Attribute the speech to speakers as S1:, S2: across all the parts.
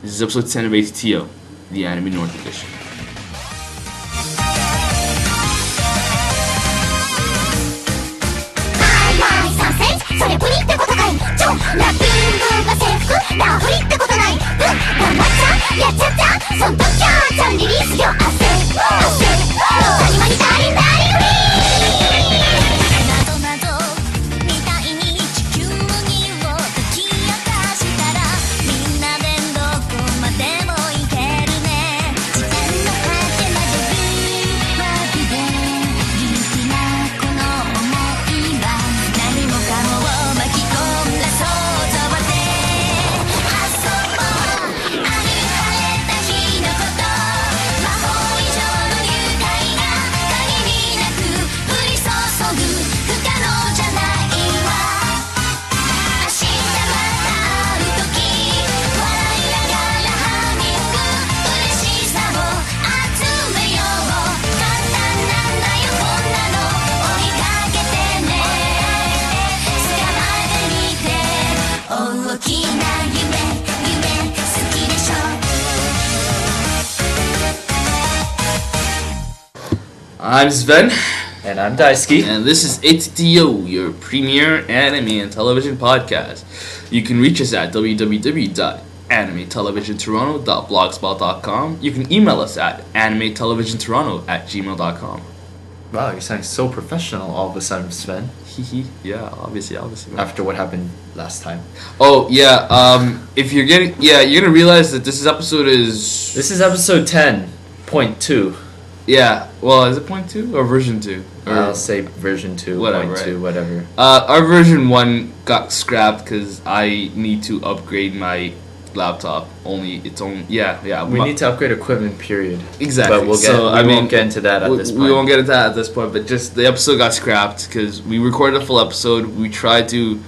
S1: This is episode 10 of HTO, the Anime North Edition. I'm Sven,
S2: And I'm Daisuke.
S1: and this is HTO, your premier anime and television podcast. You can reach us at www.animetelevisiontoronto.blogspot.com. You can email us at animetelevisiontoronto at gmail.com.
S2: Wow, you sound so professional all of a sudden, Sven,
S1: Hehe, yeah, obviously, obviously. man.
S2: after what happened last time.
S1: Oh, yeah, um, if you're getting, yeah, you're gonna realize that this episode is,
S2: This is episode 10.2.
S1: yeah, well, is it point two or version two? Or,
S2: I'll say version 2,
S1: Whatever,
S2: point two, whatever.
S1: Uh, our version one got scrapped because I need to upgrade my laptop. Only its own. Yeah, yeah.
S2: We
S1: my-
S2: need to upgrade equipment, period.
S1: exactly.
S2: But we'll get,
S1: So,
S2: we
S1: I mean,
S2: won't get into that at
S1: we,
S2: this
S1: we
S2: point.
S1: won't get into that at this point. But just the episode got scrapped because we recorded a full episode. We tried to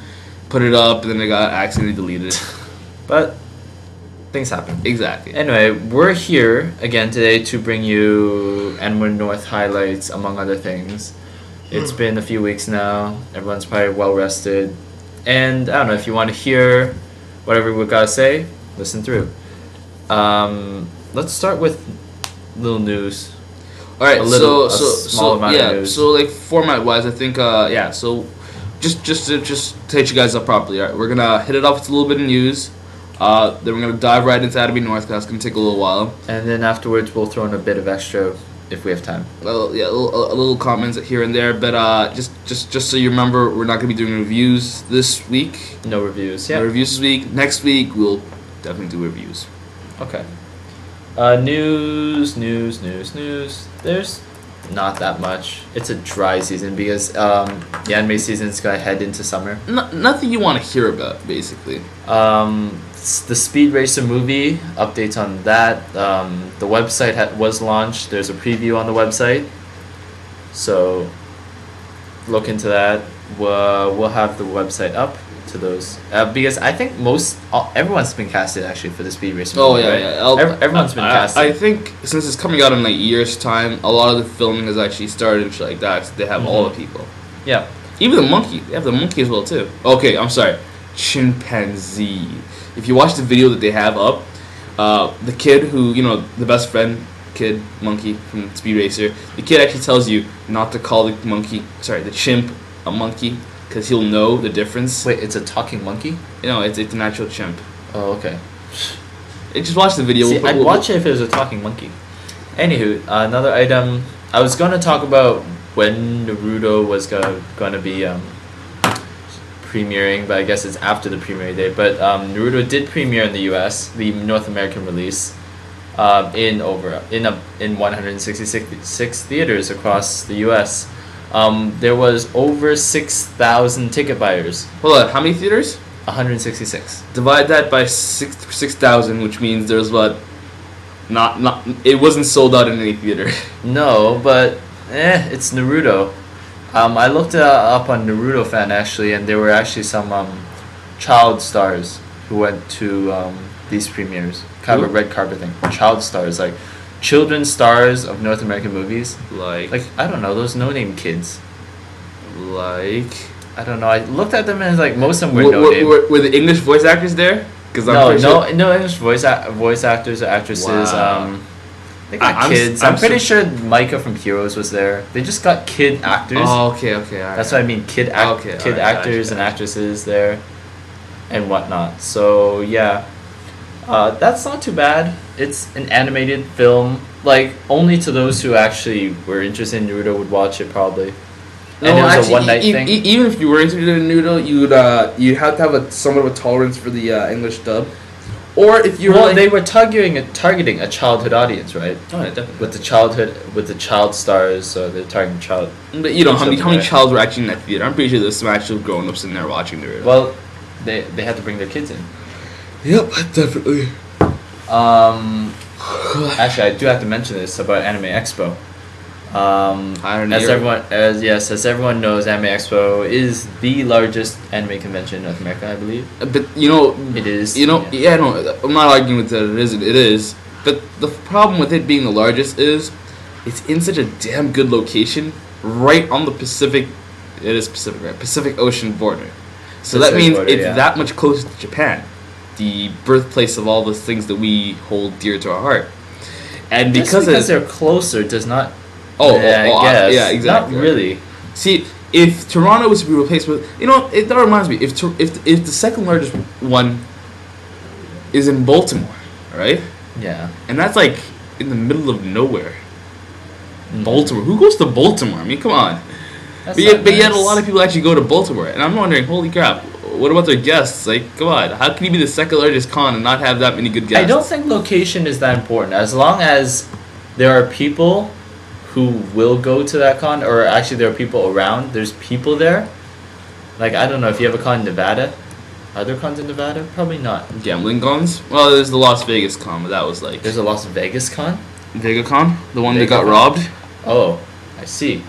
S1: put it up, and then it got accidentally deleted.
S2: but things happen.
S1: exactly.
S2: Anyway, we're here again today to bring you Anwar North highlights, among other things. It's been a few weeks now. Everyone's probably well rested. And I don't know if you want to hear whatever we gotta say, listen through. Um, let's start with little news.
S1: All right,
S2: a little-
S1: so
S2: a
S1: so
S2: small
S1: so
S2: amount of
S1: yeah,
S2: news.
S1: so like format wise, I think uh yeah, so just just to just to hit you guys up properly. All right, we're gonna hit it off with a little bit of news. Uh, then we're gonna dive right into Adobe North. 'cause That's gonna take a little while.
S2: And then afterwards, we'll throw in a bit of extra if we have time.
S1: Well, yeah, a little, a little comments here and there, but uh, just just just so you remember, we're not gonna be doing reviews this week.
S2: No reviews.
S1: No
S2: Yeah.
S1: reviews this week. Next week we'll definitely do reviews.
S2: Okay. Uh, news, news, news, news. There's not that much. It's a dry season because um, the anime season's gonna head into summer.
S1: No, nothing you want to hear about, basically.
S2: Um, s- the Speed Racer movie updates on that. Um, the website ha- was launched. There's a preview on the website, so look into that. We'll, we'll have the website up to those uh, because I think most all, everyone's been casted actually for the Speed Racer.
S1: Oh
S2: movie,
S1: yeah,
S2: right?
S1: yeah. I'll-
S2: Ev- everyone's been
S1: I-
S2: casted.
S1: I think since it's coming out in like a year's time, a lot of the filming has actually started and shit like that. 'cause they have all
S2: Mm-hmm.
S1: the people,
S2: yeah.
S1: even the monkey. They have the monkey as well too. Okay, I'm sorry, chimpanzee. If you watch the video that they have up, uh, the kid who you know the best friend kid monkey from Speed Racer, the kid actually tells you not to call the monkey, sorry, the chimp a monkey because he'll know the difference.
S2: Wait, it's a talking monkey?
S1: You know, it's it's an actual chimp.
S2: Oh, okay.
S1: It, just watch the video.
S2: See,
S1: We'll put-
S2: I'd
S1: we'll-
S2: watch it if it was a talking monkey. Anywho, another item. I was gonna talk about when Naruto was gonna gonna be um, premiering, but I guess it's after the premiere day. But um, Naruto did premiere in the U.S. the North American release. Um, in over in a, in 166 theaters across the U.S., um, there was over six thousand ticket buyers.
S1: Hold on, how many theaters?
S2: 166.
S1: Divide that by six six thousand, which means there's what not not it wasn't sold out in any theater.
S2: No, but eh, it's Naruto. Um, I looked uh, up on Naruto fan actually, and there were actually some um, child stars who went to um, these premieres, kind of a
S1: Who?
S2: red carpet thing. Child stars, like children stars of North American movies.
S1: Like
S2: Like I don't know those no-name kids.
S1: like
S2: I don't know. I looked at them and like most of them were
S1: were, were,
S2: no-name.
S1: were, were the English voice actors there? Because I'm
S2: No,
S1: pretty
S2: no,
S1: sure-
S2: no English voice ac- voice actors or actresses.
S1: Wow.
S2: Um, they
S1: I-
S2: got
S1: I'm s-
S2: kids.
S1: I'm
S2: I'm, pretty sure Micah from Heroes was there. They just got kid actors.
S1: Oh, okay, okay. alright.
S2: That's what I mean, kid act-
S1: Okay,
S2: kid
S1: alright,
S2: actors
S1: gotcha,
S2: and
S1: gotcha.
S2: actresses there, and whatnot. So yeah, uh, that's not too bad. It's an animated film. Like only to those who actually were interested in Naruto would watch it probably. and it was a one night
S1: e- e-
S2: thing.
S1: e- even if you were interested in noodle, you'd uh, you'd have to have a somewhat of a tolerance for the uh, English dub, or if you
S2: well,
S1: were like,
S2: they were targeting a, targeting a childhood audience, right?
S1: oh, yeah, definitely.
S2: With the childhood, with the child stars, so they're targeting child.
S1: But you know how many how many
S2: Something, right?
S1: childs were actually in that theater? I'm pretty sure there's some actual grown ups in there watching Naruto.
S2: Well, they they had to bring their kids in.
S1: yep, definitely.
S2: Um, actually, I do have to mention this about Anime Expo. Um,
S1: I don't
S2: as
S1: know.
S2: everyone, as yes, as everyone knows, Anime Expo is the largest anime convention in North America, I believe.
S1: But you know,
S2: It is.
S1: You know,
S2: yeah.
S1: yeah, no, I'm not arguing with that it isn't. It is. But the problem with it being the largest is it's in such a damn good location right on the Pacific. It is Pacific, right? Pacific Ocean border. So that
S2: Pacific
S1: means
S2: border,
S1: it's
S2: yeah.
S1: that much closer to Japan, the birthplace of all the things that we hold dear to our heart. And
S2: Just
S1: because,
S2: because
S1: it's
S2: they're closer does not.
S1: oh, oh,
S2: Yeah,
S1: oh,
S2: I
S1: I-
S2: guess.
S1: yeah, exactly.
S2: Not really.
S1: See, if Toronto was to be replaced with, you know, it, that reminds me. If Tor- if if the second largest one is in Baltimore, right,
S2: Yeah.
S1: and that's like in the middle of nowhere,
S2: Mm.
S1: Baltimore. Who goes to Baltimore? I mean, come on.
S2: That's
S1: but yet,
S2: not
S1: but yet, a
S2: nice.
S1: lot of people actually go to Baltimore, and I'm wondering, holy crap, what about their guests? Like, come on, how can you be the second largest con and not have that many good guests?
S2: I don't think location is that important. As long as there are people who will go to that con, or actually there are people around, there's people there. Like, I don't know if you have a con in Nevada. Are there cons in Nevada? Probably not.
S1: gambling cons. Well, there's the Las Vegas con, but that was like
S2: There's a Las Vegas con?
S1: VegaCon, the one that got
S2: VegaCon.
S1: robbed.
S2: Oh, I see.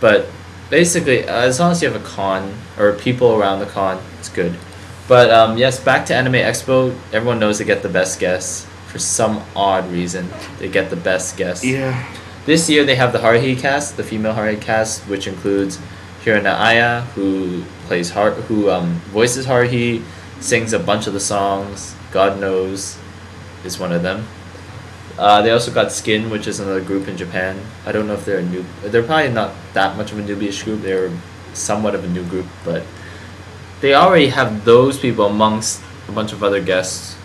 S2: But basically, as long as you have a con or people around the con, it's good. But um, yes, back to Anime Expo. Everyone knows they get the best guests. For some odd reason, they get the best guests.
S1: Yeah.
S2: This year they have the Haruhi cast, the female Haruhi cast, which includes Hirana Aya, who plays Har- who um, voices Haruhi, sings a bunch of the songs. God knows, is one of them. Uh, they also got Skin, which is another group in Japan. I don't know if they're a new. They're probably not that much of a newbie-ish group. They're somewhat of a new group, but they already have those people amongst a bunch of other guests.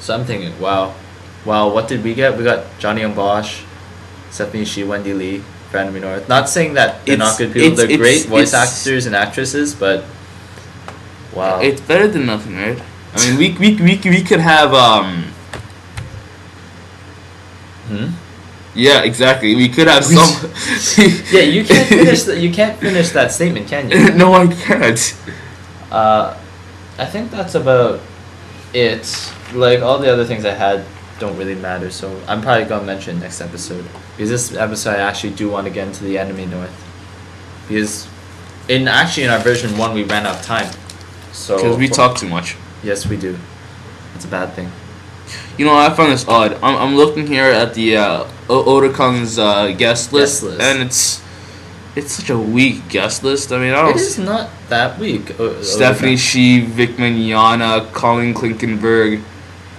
S2: So I'm thinking, wow, wow, what did we get? We got Johnny Young Bosch, Stephanie Shi, Wendy Lee, Brandon North. Not saying that they're
S1: It's-
S2: not good people.
S1: it's-
S2: They're
S1: it's-
S2: great voice
S1: it's-
S2: actors and actresses, but wow,
S1: It's better than nothing, right? I mean, we we we we could have um.
S2: hmm?
S1: Yeah, exactly. We could have
S2: We-
S1: some.
S2: yeah, you can't finish. The, you can't finish that statement, can you?
S1: no, I can't.
S2: Oh, Uh, I think that's about it. Like all the other things I had don't really matter, so I'm probably gonna mention it next episode. Because this episode I actually do want to get into the anime north. Because in actually in our version one we ran out of time. So
S1: Because we talk too much.
S2: Yes we do. It's a bad thing.
S1: You know, I find this odd. I'm, I'm looking here at the uh, O- Otakon's uh, guest list,
S2: Guest list.
S1: and it's it's such a weak guest list. I mean, I
S2: It
S1: don't.
S2: is
S1: s-
S2: not that weak. Uh, o- o-
S1: Oh. Stephanie Shee, Vickman, Yana, Colin Klinkenberg.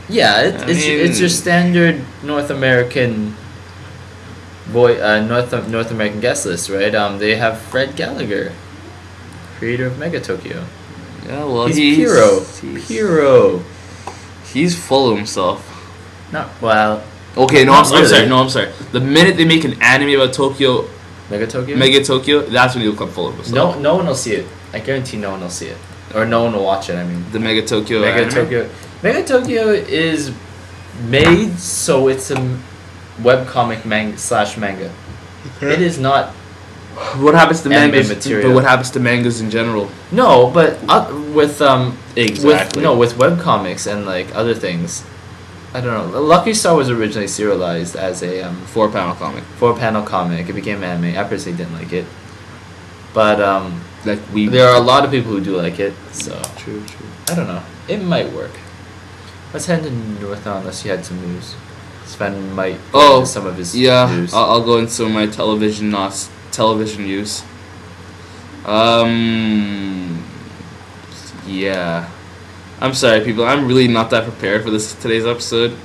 S2: Yeah, it,
S1: I
S2: it's it's
S1: mean-
S2: your standard North American boy uh, North North American guest list, right? Um, they have Fred Gallagher, creator of Mega Tokyo.
S1: Yeah, well,
S2: he's,
S1: he's
S2: Piro.
S1: He's,
S2: Piro.
S1: he's full of himself.
S2: Not well.
S1: Okay, no, I'm,
S2: Not
S1: I'm sorry.
S2: really.
S1: No, I'm sorry. The minute they make an anime about Tokyo,
S2: Mega Tokyo.
S1: Mega Tokyo, that's when he'll come full of himself.
S2: No, no one will see it. I guarantee no one will see it, or no one will watch it. I mean,
S1: The Mega Tokyo.
S2: Mega
S1: anime?
S2: Tokyo. Mega Tokyo is made so it's a webcomic manga slash manga. It is not
S1: What happens to
S2: Anime
S1: mangas?
S2: material.
S1: But what happens to mangas in general?
S2: No, but uh, with um
S1: Exactly.
S2: with no with webcomics and like other things. I don't know. Lucky Star was originally serialized as a um,
S1: Four panel comic,
S2: four panel comic. It became anime. I personally didn't like it, but um,
S1: like we.
S2: there are a lot of people who do like it. So
S1: True, true.
S2: I don't know. It might work. Let's head to North now unless you had some news. Sven might go
S1: Oh,
S2: into some of his
S1: Yeah, Uh,
S2: news.
S1: I'll, I'll go into my television nos- television use. Um. Yeah, I'm sorry, people. I'm really not that prepared for this today's episode.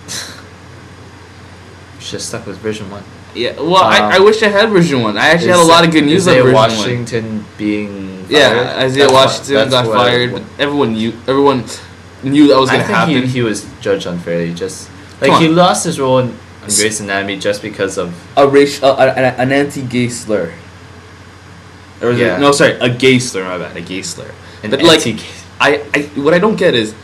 S2: Should have stuck with version one.
S1: Yeah. Well,
S2: Wow.
S1: I, I wish I had version one. I actually
S2: Is-
S1: had a lot of good news on
S2: Um, Isaiah
S1: version one.
S2: Washington being fired?
S1: Yeah, Isaiah
S2: That's what-
S1: Washington
S2: that's
S1: got
S2: what-
S1: fired, but everyone knew everyone knew that was
S2: I
S1: gonna
S2: think
S1: happen.
S2: He, he was judged unfairly. Just like
S1: Come
S2: he
S1: on.
S2: lost his role in, on Grey's Anatomy just because of
S1: a racial, uh, an, an anti-gay slur. Or is
S2: Yeah.
S1: it, no, sorry, a gay slur. My bad, a gay slur.
S2: an
S1: But, like,
S2: anti-
S1: I, I what I don't get is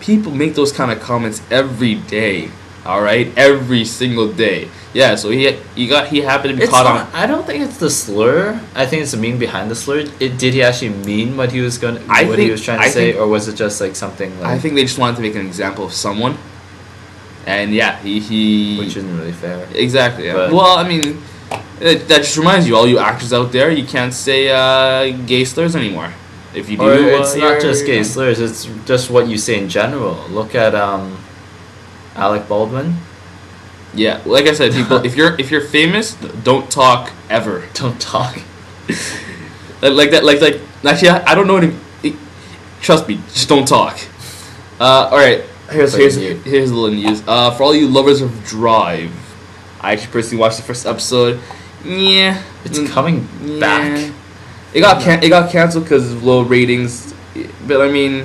S1: people make those kind of comments every day. All right, every single day. Yeah, so he he got he happened to be
S2: It's
S1: caught
S2: not-
S1: on.
S2: I don't think it's the slur. I think it's the mean behind the slur. It did he actually mean what he was going
S1: I
S2: what he
S1: think-
S2: was trying to
S1: I
S2: say,
S1: think-
S2: or was it just like something like
S1: I think they just wanted to make an example of someone. And yeah, he he
S2: which isn't really fair.
S1: exactly. Yeah.
S2: But-
S1: well, I mean, it, that just reminds you, all you actors out there, you can't say uh, gay slurs anymore. If you do,
S2: or
S1: uh,
S2: it's
S1: you're-
S2: not just gay slurs. It's just what you say in general. Look at um, Alec Baldwin.
S1: Yeah, like I said, people. if you're if you're famous, don't talk ever.
S2: Don't talk.
S1: Like, like that. Like like. Actually, I I don't know any. it- trust me, just don't talk. Uh, all right. Here's
S2: Fucking
S1: here's
S2: you.
S1: here's a little news. Uh, for all you lovers of Drive, I actually personally watched the first episode. Yeah,
S2: It's
S1: Mm,
S2: coming
S1: yeah.
S2: back.
S1: It got can- it got canceled because of low ratings, but I mean,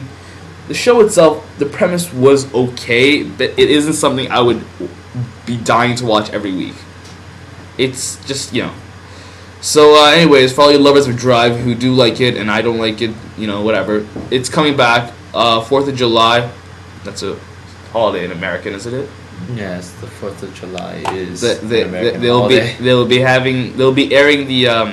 S1: the show itself, the premise was okay, but it isn't something I would be dying to watch every week. It's just you know. So, uh, anyways, for all you lovers of Drive who do like it and I don't like it, you know, whatever. It's coming back. uh, Fourth of July. That's a holiday in American, isn't it?
S2: Yes, the Fourth of July is
S1: The,
S2: an
S1: the,
S2: American
S1: they'll
S2: holiday.
S1: be they'll be having they'll be airing the um,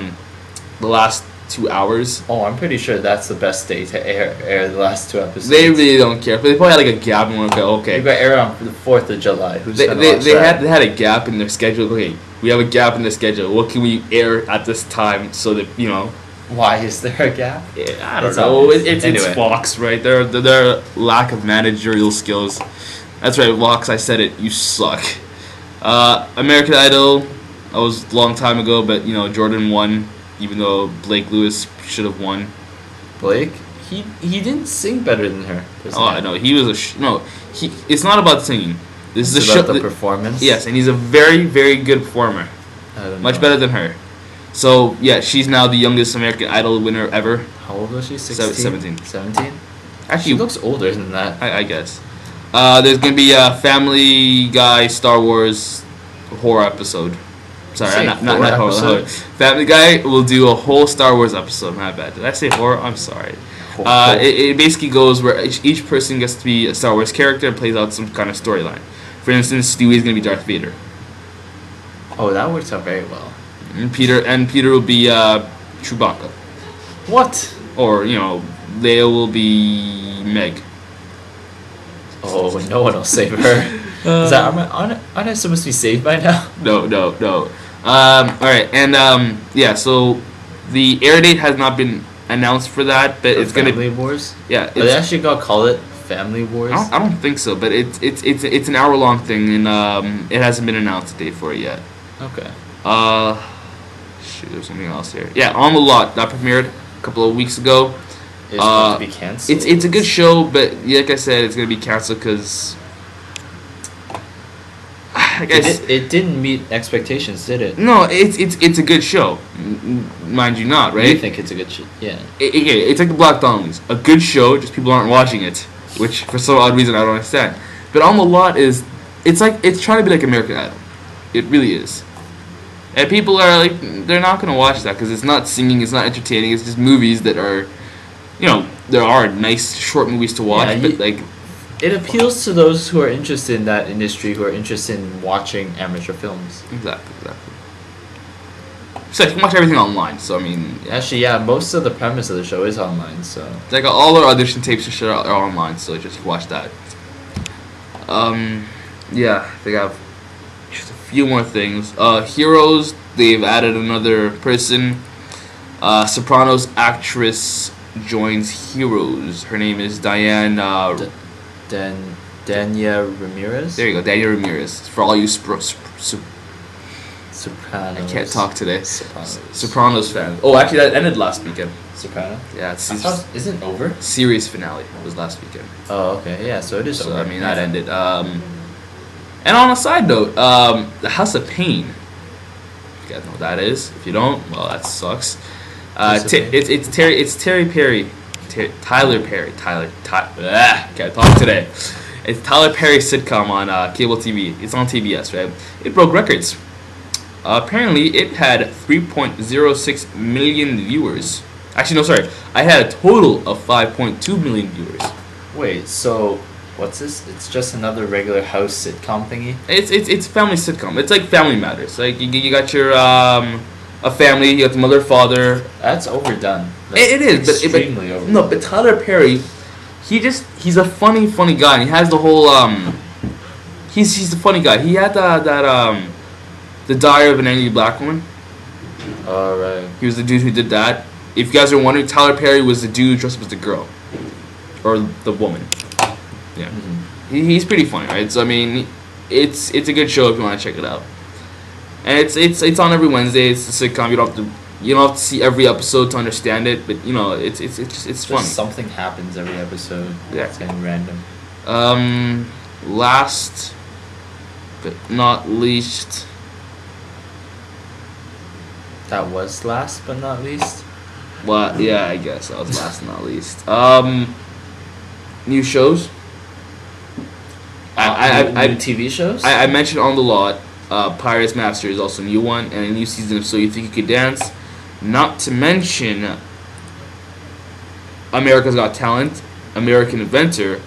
S1: the last two hours
S2: Oh, I'm pretty sure that's the best day to air air the last two episodes.
S1: They really don't care. But they probably had like a gap and were like, okay.
S2: You got air on the Fourth of July. Who's
S1: They,
S2: gonna
S1: they,
S2: watch
S1: they
S2: that?
S1: had they had a gap in their schedule. Okay, we have a gap in the schedule. What can we air at this time so that you know?
S2: Why is there a gap?
S1: I
S2: don't
S1: don't
S2: It's know.
S1: know.
S2: obvious.
S1: it's,
S2: Anyway.
S1: it's Fox, right? Their their lack of managerial skills. That's right, Fox. I said it. You suck. Uh, American Idol. I was a long time ago, but you know Jordan won, even though Blake Lewis should have won.
S2: Blake, he he didn't sing better than her. There's
S1: Oh
S2: that.
S1: no, he was a sh- no. He. It's not about singing. This is
S2: It's
S1: a
S2: about
S1: show.
S2: the
S1: th-
S2: performance.
S1: Yes, and he's a very, very good performer.
S2: I don't
S1: Much
S2: know.
S1: better than her. So, yeah, she's now the youngest American Idol winner ever.
S2: How old was she?
S1: Seven-
S2: 16?
S1: 17.
S2: 17? She
S1: Actually,
S2: looks older than that.
S1: I, I guess. Uh, there's going to be a Family Guy Star Wars horror episode.
S2: Say
S1: Sorry, not, not,
S2: horror
S1: not horror,
S2: episode?
S1: horror. Family Guy will do a whole Star Wars episode. My bad. Did I say horror? I'm sorry. Uh, it, it basically goes where each, each person gets to be a Star Wars character and plays out some kind of storyline. For instance, Stewie's going to be Darth Vader.
S2: oh, that works out very well.
S1: And Peter and Peter will be uh, Chewbacca,
S2: What?
S1: or you know, Leia will be Meg.
S2: Oh, no one will save her. is that, am I, aren't, I- aren't I supposed to be saved by now?
S1: No, no, no. Um, all right, and um, yeah. So the air date has not been announced for that, but
S2: The
S1: it's gonna.
S2: Family Wars?
S1: Yeah,
S2: Oh, they
S1: it's,
S2: actually got call it Family
S1: I,
S2: Wars?
S1: don't, I don't think so, but it's it's it's it's an hour long thing, and um, it hasn't been announced a date for it yet.
S2: Okay.
S1: Uh, shoot, there's something else here. Yeah, on the lot that premiered a couple of weeks ago.
S2: It's
S1: Uh,
S2: supposed to be canceled.
S1: It's it's a good show, but yeah, like I said, it's gonna be canceled because. I
S2: It,
S1: guess
S2: di- it didn't meet expectations, did it?
S1: no, it's it's it's a good show, m- m- mind you not right.
S2: You think it's a good shit? Yeah.
S1: It- it- it's like the Black Diamonds, a good show, just people aren't watching it, which for some odd reason I don't understand. But on the lot is, it's like it's trying to be like American Idol, it really is. And people are like, they're not gonna watch that because it's not singing, it's not entertaining, it's just movies that are, you know, there are nice short movies to watch,
S2: Yeah,
S1: but
S2: you-
S1: like
S2: It appeals to those who are interested in that industry, who are interested in watching amateur films.
S1: Exactly, exactly. So you can watch everything online. So I mean, yeah.
S2: Actually, yeah, most of the premise of the show is online, so.
S1: like all our audition tapes and shit are, are online. So just watch that. Um, yeah, I think I've just a few more things. Uh, Heroes, they've added another person. Uh, Sopranos actress joins Heroes. Her name is Diane. Uh,
S2: D- Dan Dania Ramirez?
S1: there you go, Daniel Ramirez. For all you spro- sp- sp-
S2: Sopranos.
S1: I can't talk today.
S2: Sopranos.
S1: Sopranos fan. Oh, actually, that ended last weekend.
S2: Soprano.
S1: Yeah, it's
S2: I
S1: season,
S2: thought- isn't it over?
S1: series finale was last weekend.
S2: Oh, okay. Yeah, so it is
S1: So
S2: over.
S1: I mean, that ended. Um, and on a side note, um, the House of Pain. You guys know what that is. If you don't, well, that sucks. Uh,
S2: House of
S1: Ti-
S2: Pain.
S1: it's it's Terry it's Terry Perry, Ter- Tyler Perry, Tyler. Ty- ah, can't talk today. It's Tyler Perry's sitcom on uh, cable TV. It's on TBS, right? It broke records. Uh, apparently, it had 3.06 million viewers. Actually, no, sorry. I had a total of 5.2 million viewers.
S2: Wait, so what's this? It's just another regular house sitcom thingy.
S1: It's it's it's family sitcom. It's like Family Matters. Like you, you got your um a family. You got the mother, father.
S2: That's overdone. That's
S1: It, it is, but it- but-
S2: extremely overdone.
S1: no, but Tyler Perry, he just he's a funny funny guy. And he has the whole um, he's he's a funny guy. He had that that um, the Diary of an Angry Black Woman.
S2: All right.
S1: He was the dude who did that. If you guys are wondering, Tyler Perry was the dude dressed up as the girl, or the woman. Yeah.
S2: Mhm.
S1: He- he's pretty funny, right? So I mean, it's it's a good show if you want to check it out. And it's it's it's on every Wednesday. It's a sitcom. You don't have to you don't have to see every episode to understand it, but you know it's it's it's it's
S2: Just
S1: fun.
S2: something happens every episode.
S1: Yeah.
S2: It's getting random.
S1: Um, last but not least,
S2: That was last but not least.
S1: well, yeah, I guess that was last but not least. Um, new shows. I
S2: Uh,
S1: I I,
S2: new
S1: I,
S2: TV shows.
S1: I, I mentioned on the lot. Uh, Pirates Master is also a new one, and a new season of So You Think You Could Dance. Not to mention, America's Got Talent, American Inventor,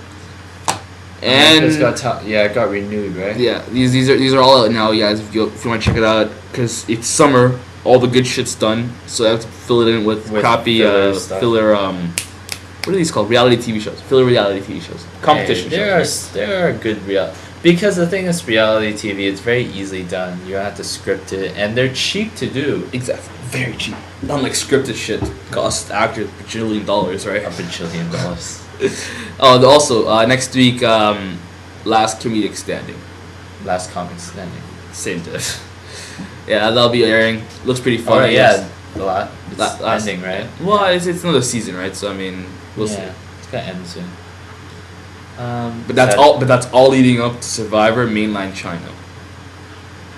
S1: and
S2: America's Got Ta- yeah, it got renewed, right?
S1: yeah, these these are these are all out now, guys. If you if you want to check it out, because it's summer, all the good shit's done, so I have to fill it in with,
S2: With
S1: copy
S2: filler
S1: uh,
S2: stuff.
S1: filler um. What are these called? Reality TV shows. Filler reality TV shows. Competition
S2: Hey, there
S1: shows.
S2: are there are good real because the thing is reality TV. It's very easily done. You don't have to script it, and they're cheap to do.
S1: Exactly. Very cheap. Unlike scripted shit, costs actors bajillion dollars,
S2: A
S1: right?
S2: bajillion dollars.
S1: Oh, and also uh, next week, um, last comedic standing.
S2: Last comic standing.
S1: Same day. yeah, that'll be airing. Looks pretty
S2: Oh
S1: funny.
S2: yeah, the la- it's
S1: La- last-
S2: ending right.
S1: Well, it's, it's another season, right? So I mean, we'll
S2: yeah,
S1: see.
S2: it's gonna end soon. Um,
S1: But that's
S2: that-
S1: all. But that's all leading up to Survivor Mainland China.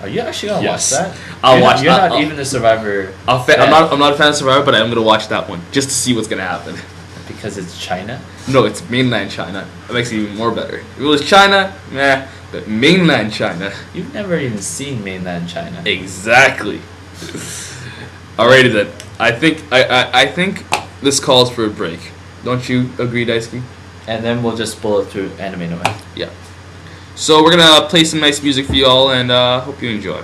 S2: Are you actually gonna
S1: Yes.
S2: watch that?
S1: I'll
S2: you're
S1: watch
S2: Not, you're
S1: that. Oh.
S2: not
S1: I'll-
S2: even a survivor
S1: I'm, fa-
S2: Yeah.
S1: I'm not. I'm not a fan of Survivor, but I'm gonna watch that one just to see what's gonna happen.
S2: because it's China.
S1: No, it's mainland China. That makes it even more better. If it was China, nah. But mainland China.
S2: You've never even seen mainland China.
S1: Exactly. Alrighty then. I think I, I, I think this calls for a break. Don't you agree, Daisuke?
S2: And then we'll just bullet through anime no way.
S1: Yeah. So we're gonna play some nice music for y'all, and uh, hope you enjoy.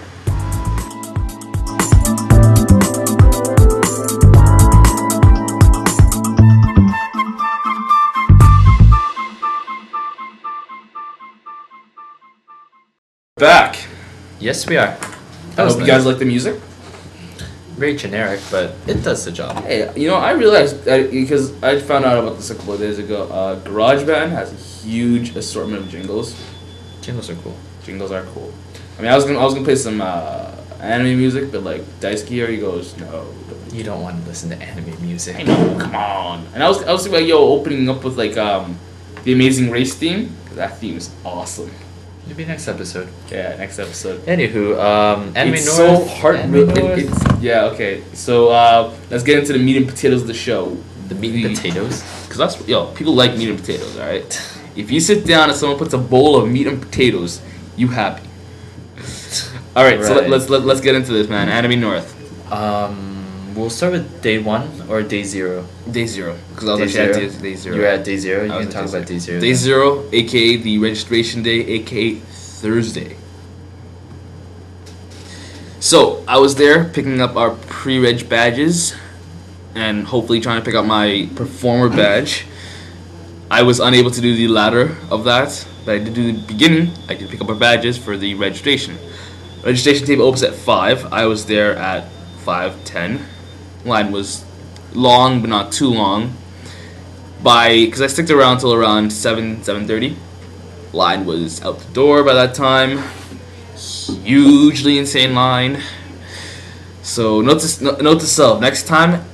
S1: Back.
S2: Yes, we are.
S1: I
S2: That
S1: hope Oh,
S2: was
S1: you
S2: nice.
S1: guys like the music.
S2: very generic, but it does the job.
S1: Hey, you know, I realized that because I found out about this a couple of days ago. Uh, GarageBand has a huge assortment of jingles.
S2: Jingles are cool.
S1: Jingles are cool. I mean, I was gonna I was gonna play some uh, anime music, but like Daisuke already goes no.
S2: You don't want to listen to anime music.
S1: I know, come on. And I was I was thinking about yo opening up with like um the Amazing Race theme. 'cause That theme is awesome.
S2: Maybe next episode.
S1: Yeah, next episode.
S2: Anywho, um, anime
S1: it's so
S2: North.
S1: heart
S2: anime North.
S1: it, it's, Yeah, okay. So uh, let's get into the meat and potatoes of the show.
S2: the meat and potatoes.
S1: Cause that's yo, people like meat and potatoes, all right. If you sit down and someone puts a bowl of meat and potatoes, you happy. All right, so let,
S2: Right.
S1: let's let, let's get into this, man. Anime North,
S2: Um, we'll start with day one or day zero.
S1: day zero, because I was
S2: Day
S1: actually at
S2: zero?
S1: day, day zero.
S2: You're at day zero. You
S1: I was
S2: can
S1: at
S2: talk
S1: day
S2: about day zero.
S1: day
S2: then.
S1: zero, aka the registration day, aka Thursday. So I was there picking up our pre-reg badges, and hopefully trying to pick up my performer badge. I was unable to do the latter of that, but I did do the beginning. I did pick up our badges for the registration. Registration table opens at five. I was there at five ten. Line was long, but not too long. By because I sticked around till around seven seven thirty. Line was out the door by that time. Hugely insane line. So note to, no- note to self: next time,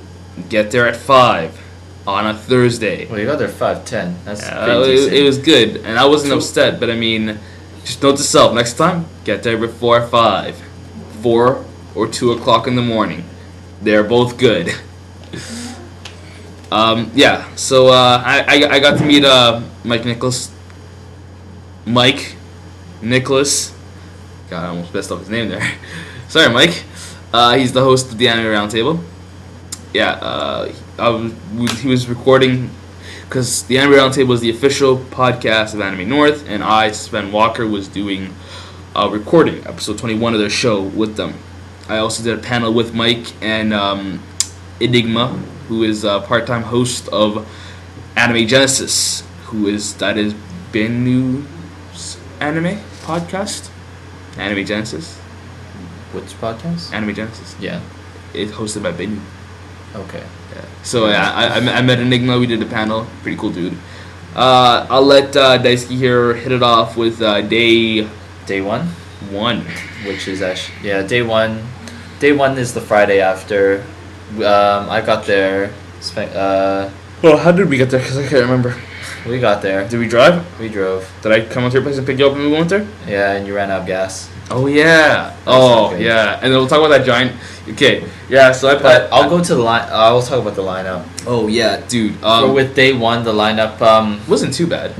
S1: get there at five on a Thursday.
S2: Well, you got there five ten. That's
S1: Uh,
S2: pretty
S1: it,
S2: decent.
S1: it was good, and I wasn't upset. But I mean, just note to self: next time, get there before five, four or two o'clock in the morning. They're both good. um, yeah. So uh, I, I I got to meet uh, Mike Nicholas. Mike, Nicholas. God, I almost messed up his name there. Sorry, Mike. Uh, he's the host of the Anime Roundtable. Yeah, uh, I was, we- he was recording because the Anime Roundtable was the official podcast of Anime North, and I, Sven Walker, was doing a recording episode 21 of their show with them. I also did a panel with Mike and um, Enigma, who is a part-time host of Anime Genesis, who is that is Ben News Anime podcast, Anime Genesis,
S2: Which podcast?
S1: Anime Genesis.
S2: Yeah.
S1: It's hosted by Ben.
S2: Okay.
S1: Yeah. So yeah, I, I, I met Enigma. We did a panel. Pretty cool dude. Uh, I'll let uh, Daisuke here hit it off with uh, day
S2: Day one,
S1: one.
S2: which is actually yeah, day one. Day one is the Friday after. Um, I got there. Spent, uh,
S1: Well, how did we get there? Cause I can't remember.
S2: we got there.
S1: Did we drive?
S2: We drove.
S1: Did I come into your place and pick you up when we went there?
S2: Yeah, and you ran out of gas.
S1: Oh yeah.
S2: not
S1: Oh
S2: good.
S1: yeah. And then we'll talk about that giant. Okay. Yeah. So I
S2: But I'll go to the line. I will talk about the lineup.
S1: Oh yeah, dude.
S2: But
S1: Um,
S2: with day one, the lineup um,
S1: wasn't too bad.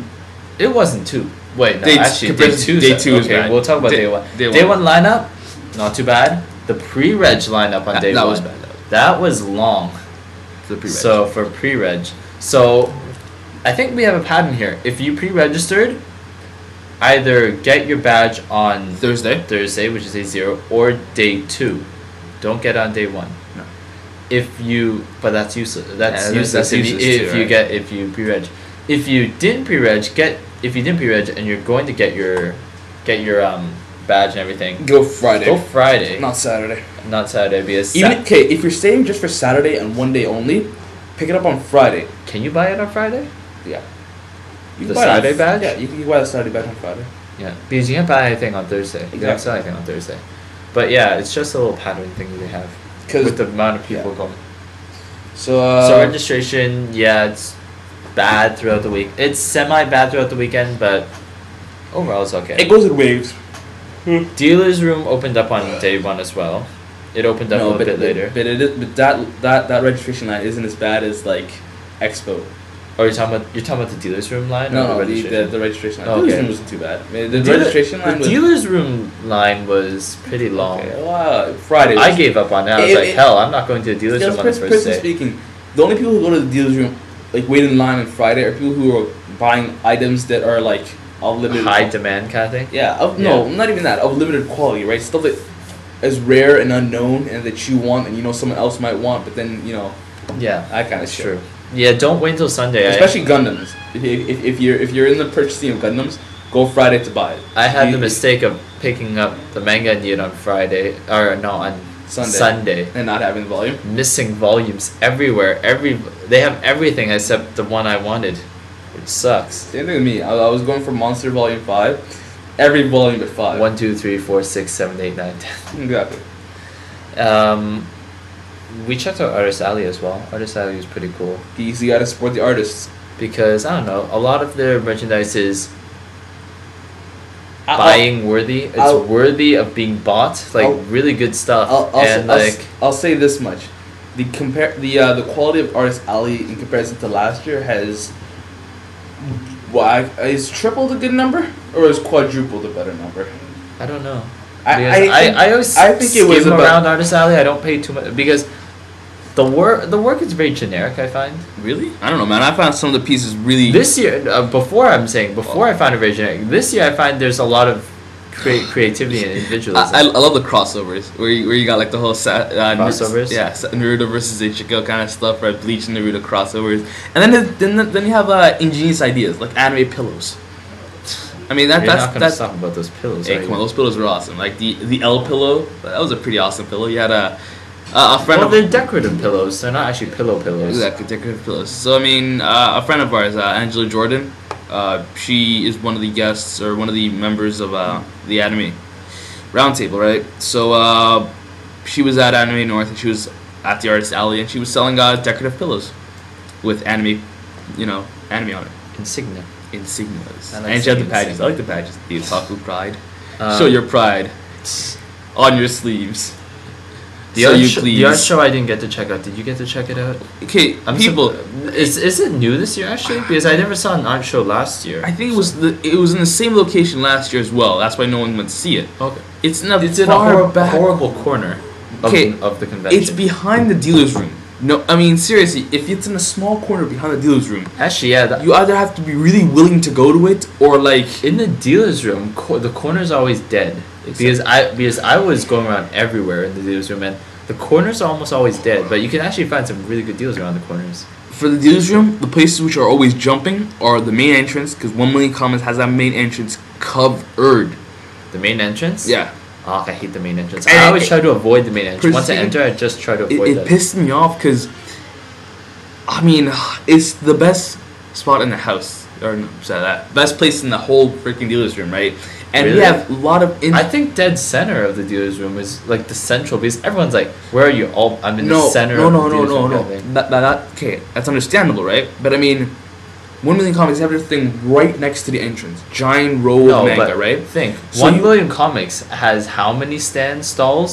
S2: it wasn't too. Wait, no,
S1: Day t-
S2: actually, day
S1: compared to
S2: two.
S1: day two is
S2: okay.
S1: bad.
S2: We'll talk about
S1: Day-
S2: day, one.
S1: day
S2: Day,
S1: one.
S2: one. lineup, not too bad. The pre-reg lineup on
S1: That-
S2: day
S1: that
S2: one.
S1: was bad, that
S2: That was long.
S1: The pre-reg.
S2: So for pre-reg, so I think we have a pattern here. If you pre-registered, either get your badge on
S1: Thursday.
S2: Thursday, which is day zero, or day two. Don't get on day one.
S1: No.
S2: If you, but that's useless.
S1: that's-
S2: That's useless.
S1: that's
S2: if you,
S1: useless too,
S2: if you
S1: right?
S2: get if you pre-reg, if you didn't pre-reg, get if you didn't pre-reg and you're going to get your, get your um badge and everything.
S1: Go Friday.
S2: Go Friday,
S1: Not Saturday.
S2: not Saturday. Be a Sa-
S1: Even okay, if you're staying just for Saturday and one day only, pick it up on Friday.
S2: Can you buy it on Friday?
S1: Yeah.
S2: The
S1: can buy it on-
S2: Saturday badge?
S1: Yeah, you can you can buy the Saturday badge on Friday.
S2: Yeah, because you can't buy anything on Thursday. You can't
S1: Exactly.
S2: sell anything on Thursday. But yeah, it's just a little pattern thing that they have with
S1: Cause
S2: the amount of people going.
S1: so uh,
S2: so registration, yeah, it's bad throughout the week. It's semi bad throughout the weekend, but overall it's okay.
S1: it goes in waves.
S2: Dealer's room opened up on day one as well. It opened up a little
S1: but,
S2: bit later.
S1: But it is, but that that that registration line isn't as bad as like Expo.
S2: Or you're talking about you're talking about the dealer's room line
S1: No, no,
S2: or the
S1: the,
S2: registration?
S1: the, the registration line. The
S2: Oh, okay.
S1: registration wasn't too bad. I mean, the,
S2: Dealer-
S1: registration line
S2: the
S1: was
S2: dealer's room line was pretty long.
S1: Okay, wow, Friday.
S2: I gave up on that. I was
S1: It-
S2: like,
S1: it-
S2: hell, I'm not going to the dealer's
S1: Just
S2: room on the
S1: pers-
S2: first
S1: personally
S2: day.
S1: speaking, the only people who go to the dealer's room, like wait in line on Friday, are people who are buying items that are like of limited.
S2: High demand kind of thing.
S1: Yeah, of, no, not even that. Of limited quality, right? Stuff that is rare and unknown, and that you want, and you know someone else might want, but then you know
S2: Yeah,
S1: that kind of
S2: that's
S1: shit.
S2: true. Yeah, don't wait until Sunday. I-
S1: Especially Gundams. If, if, if you're if you're in the purchasing of Gundams, go Friday to buy it.
S2: I, had the
S1: You-
S2: mistake of picking up the manga and it on Friday, or no, on
S1: Sunday.
S2: Sunday.
S1: and not having the volume.
S2: Missing volumes everywhere. Every they have everything except the one I wanted, which sucks.
S1: Same thing with me. I, I was going for Monster Volume Five, every volume but five.
S2: One, two, three, four, six, seven, eight, nine,
S1: exactly.
S2: ten. Um, we checked out Artist Alley as well. Artist Alley was pretty cool
S1: You, you gotta support the artists.
S2: because I don't know. A lot of their merchandise is
S1: I-
S2: buying worthy. It's
S1: I'll-
S2: worthy of being bought. Like
S1: I'll-
S2: really good stuff.
S1: I'll, I'll,
S2: and
S1: I'll,
S2: like
S1: I'll say this much: the compare the uh, the quality of Artist Alley in comparison to last year has. Why is tripled a good number, or is quadrupled a better number?
S2: I don't know.
S1: I-
S2: Because
S1: I
S2: I,
S1: think-
S2: I, always
S1: I think it was
S2: skim
S1: about-
S2: around Artist Alley. I don't pay too much because the work the work is very generic. I find
S1: Really? I don't know, man. I found some of the pieces really.
S2: this year uh, before I'm saying before I found it very generic. This year I find there's a lot of crea- creativity and individualism.
S1: I, I, I love the crossovers where you, where you got like the whole sa- uh, Nar-
S2: Crossovers?
S1: yeah, sa- Naruto versus Ichigo kind of stuff, right? Bleach and Naruto crossovers, and then then, then you have uh, ingenious ideas like anime pillows. I mean that
S2: You're not
S1: that's
S2: gonna
S1: that's
S2: talk about those pillows.
S1: hey,
S2: are
S1: come on,
S2: you?
S1: those pillows were awesome. Like the the L pillow, that was a pretty awesome pillow. You had a a, a friend
S2: Well,
S1: of
S2: they're decorative pillows. They're not actually pillow pillows.
S1: Exactly, decorative pillows. So I mean, uh, a friend of ours, uh, Angela Jordan, uh, she is one of the guests or one of the members of uh, the Anime Roundtable, right? So uh, she was at Anime North and she was at the Artist Alley and she was selling uh, decorative pillows with anime, you know, anime on it.
S2: Insignia.
S1: Insignias.
S2: I like
S1: and she had the
S2: saying
S1: patches. I
S2: insignia.
S1: like the patches. The otaku pride.
S2: Um,
S1: Show your pride on your sleeves.
S2: The
S1: so
S2: art
S1: you
S2: sh-
S1: please.
S2: The art show I didn't get to check out. Did you get to check it out?
S1: okay,
S2: sur-
S1: people.
S2: is is it new this year actually? Because I never saw an art show last year.
S1: I think it was the, it was in the same location last year as well. That's why no one went to see it.
S2: okay.
S1: It's not
S2: It's in a
S1: far
S2: hor-
S1: back.
S2: horrible corner of,
S1: Okay,
S2: of the convention.
S1: It's behind the dealer's room. No, I mean seriously, if it's in a small corner behind the dealer's room,
S2: actually yeah. The,
S1: you either have to be really willing to go to it or like
S2: in the dealer's room, cor- the corner's always dead because I because I was going around everywhere in the dealer's room and the corners are almost always dead. But you can actually find some really good deals around the corners.
S1: for the dealer's room, the places which are always jumping are the main entrance because One Million Commons has that main entrance covered.
S2: The main entrance.
S1: Yeah,
S2: Oh, I hate the main entrance.
S1: And
S2: I
S1: it-
S2: always try to avoid the main entrance. Once I
S1: Proceed-
S2: enter, I just try to
S1: it,
S2: avoid
S1: it
S2: that.
S1: pissed me off because I mean it's the best spot in the house or no, sorry, that best place in the whole freaking dealer's room, right? And we
S2: Really?
S1: have a lot of in-
S2: I think dead center of the dealer's room is like the central because everyone's like, "Where are you?" All I'm in the center.
S1: No,
S2: of
S1: no,
S2: the
S1: no,
S2: dealer's
S1: no,
S2: room
S1: no.
S2: kind of thing.
S1: That, that, that, okay, that's understandable, right? But I mean, One Million Comics have their thing right next to the entrance, giant row
S2: No,
S1: of manga,
S2: but
S1: right?
S2: Think
S1: So
S2: one
S1: you-
S2: million comics has how many stand stalls?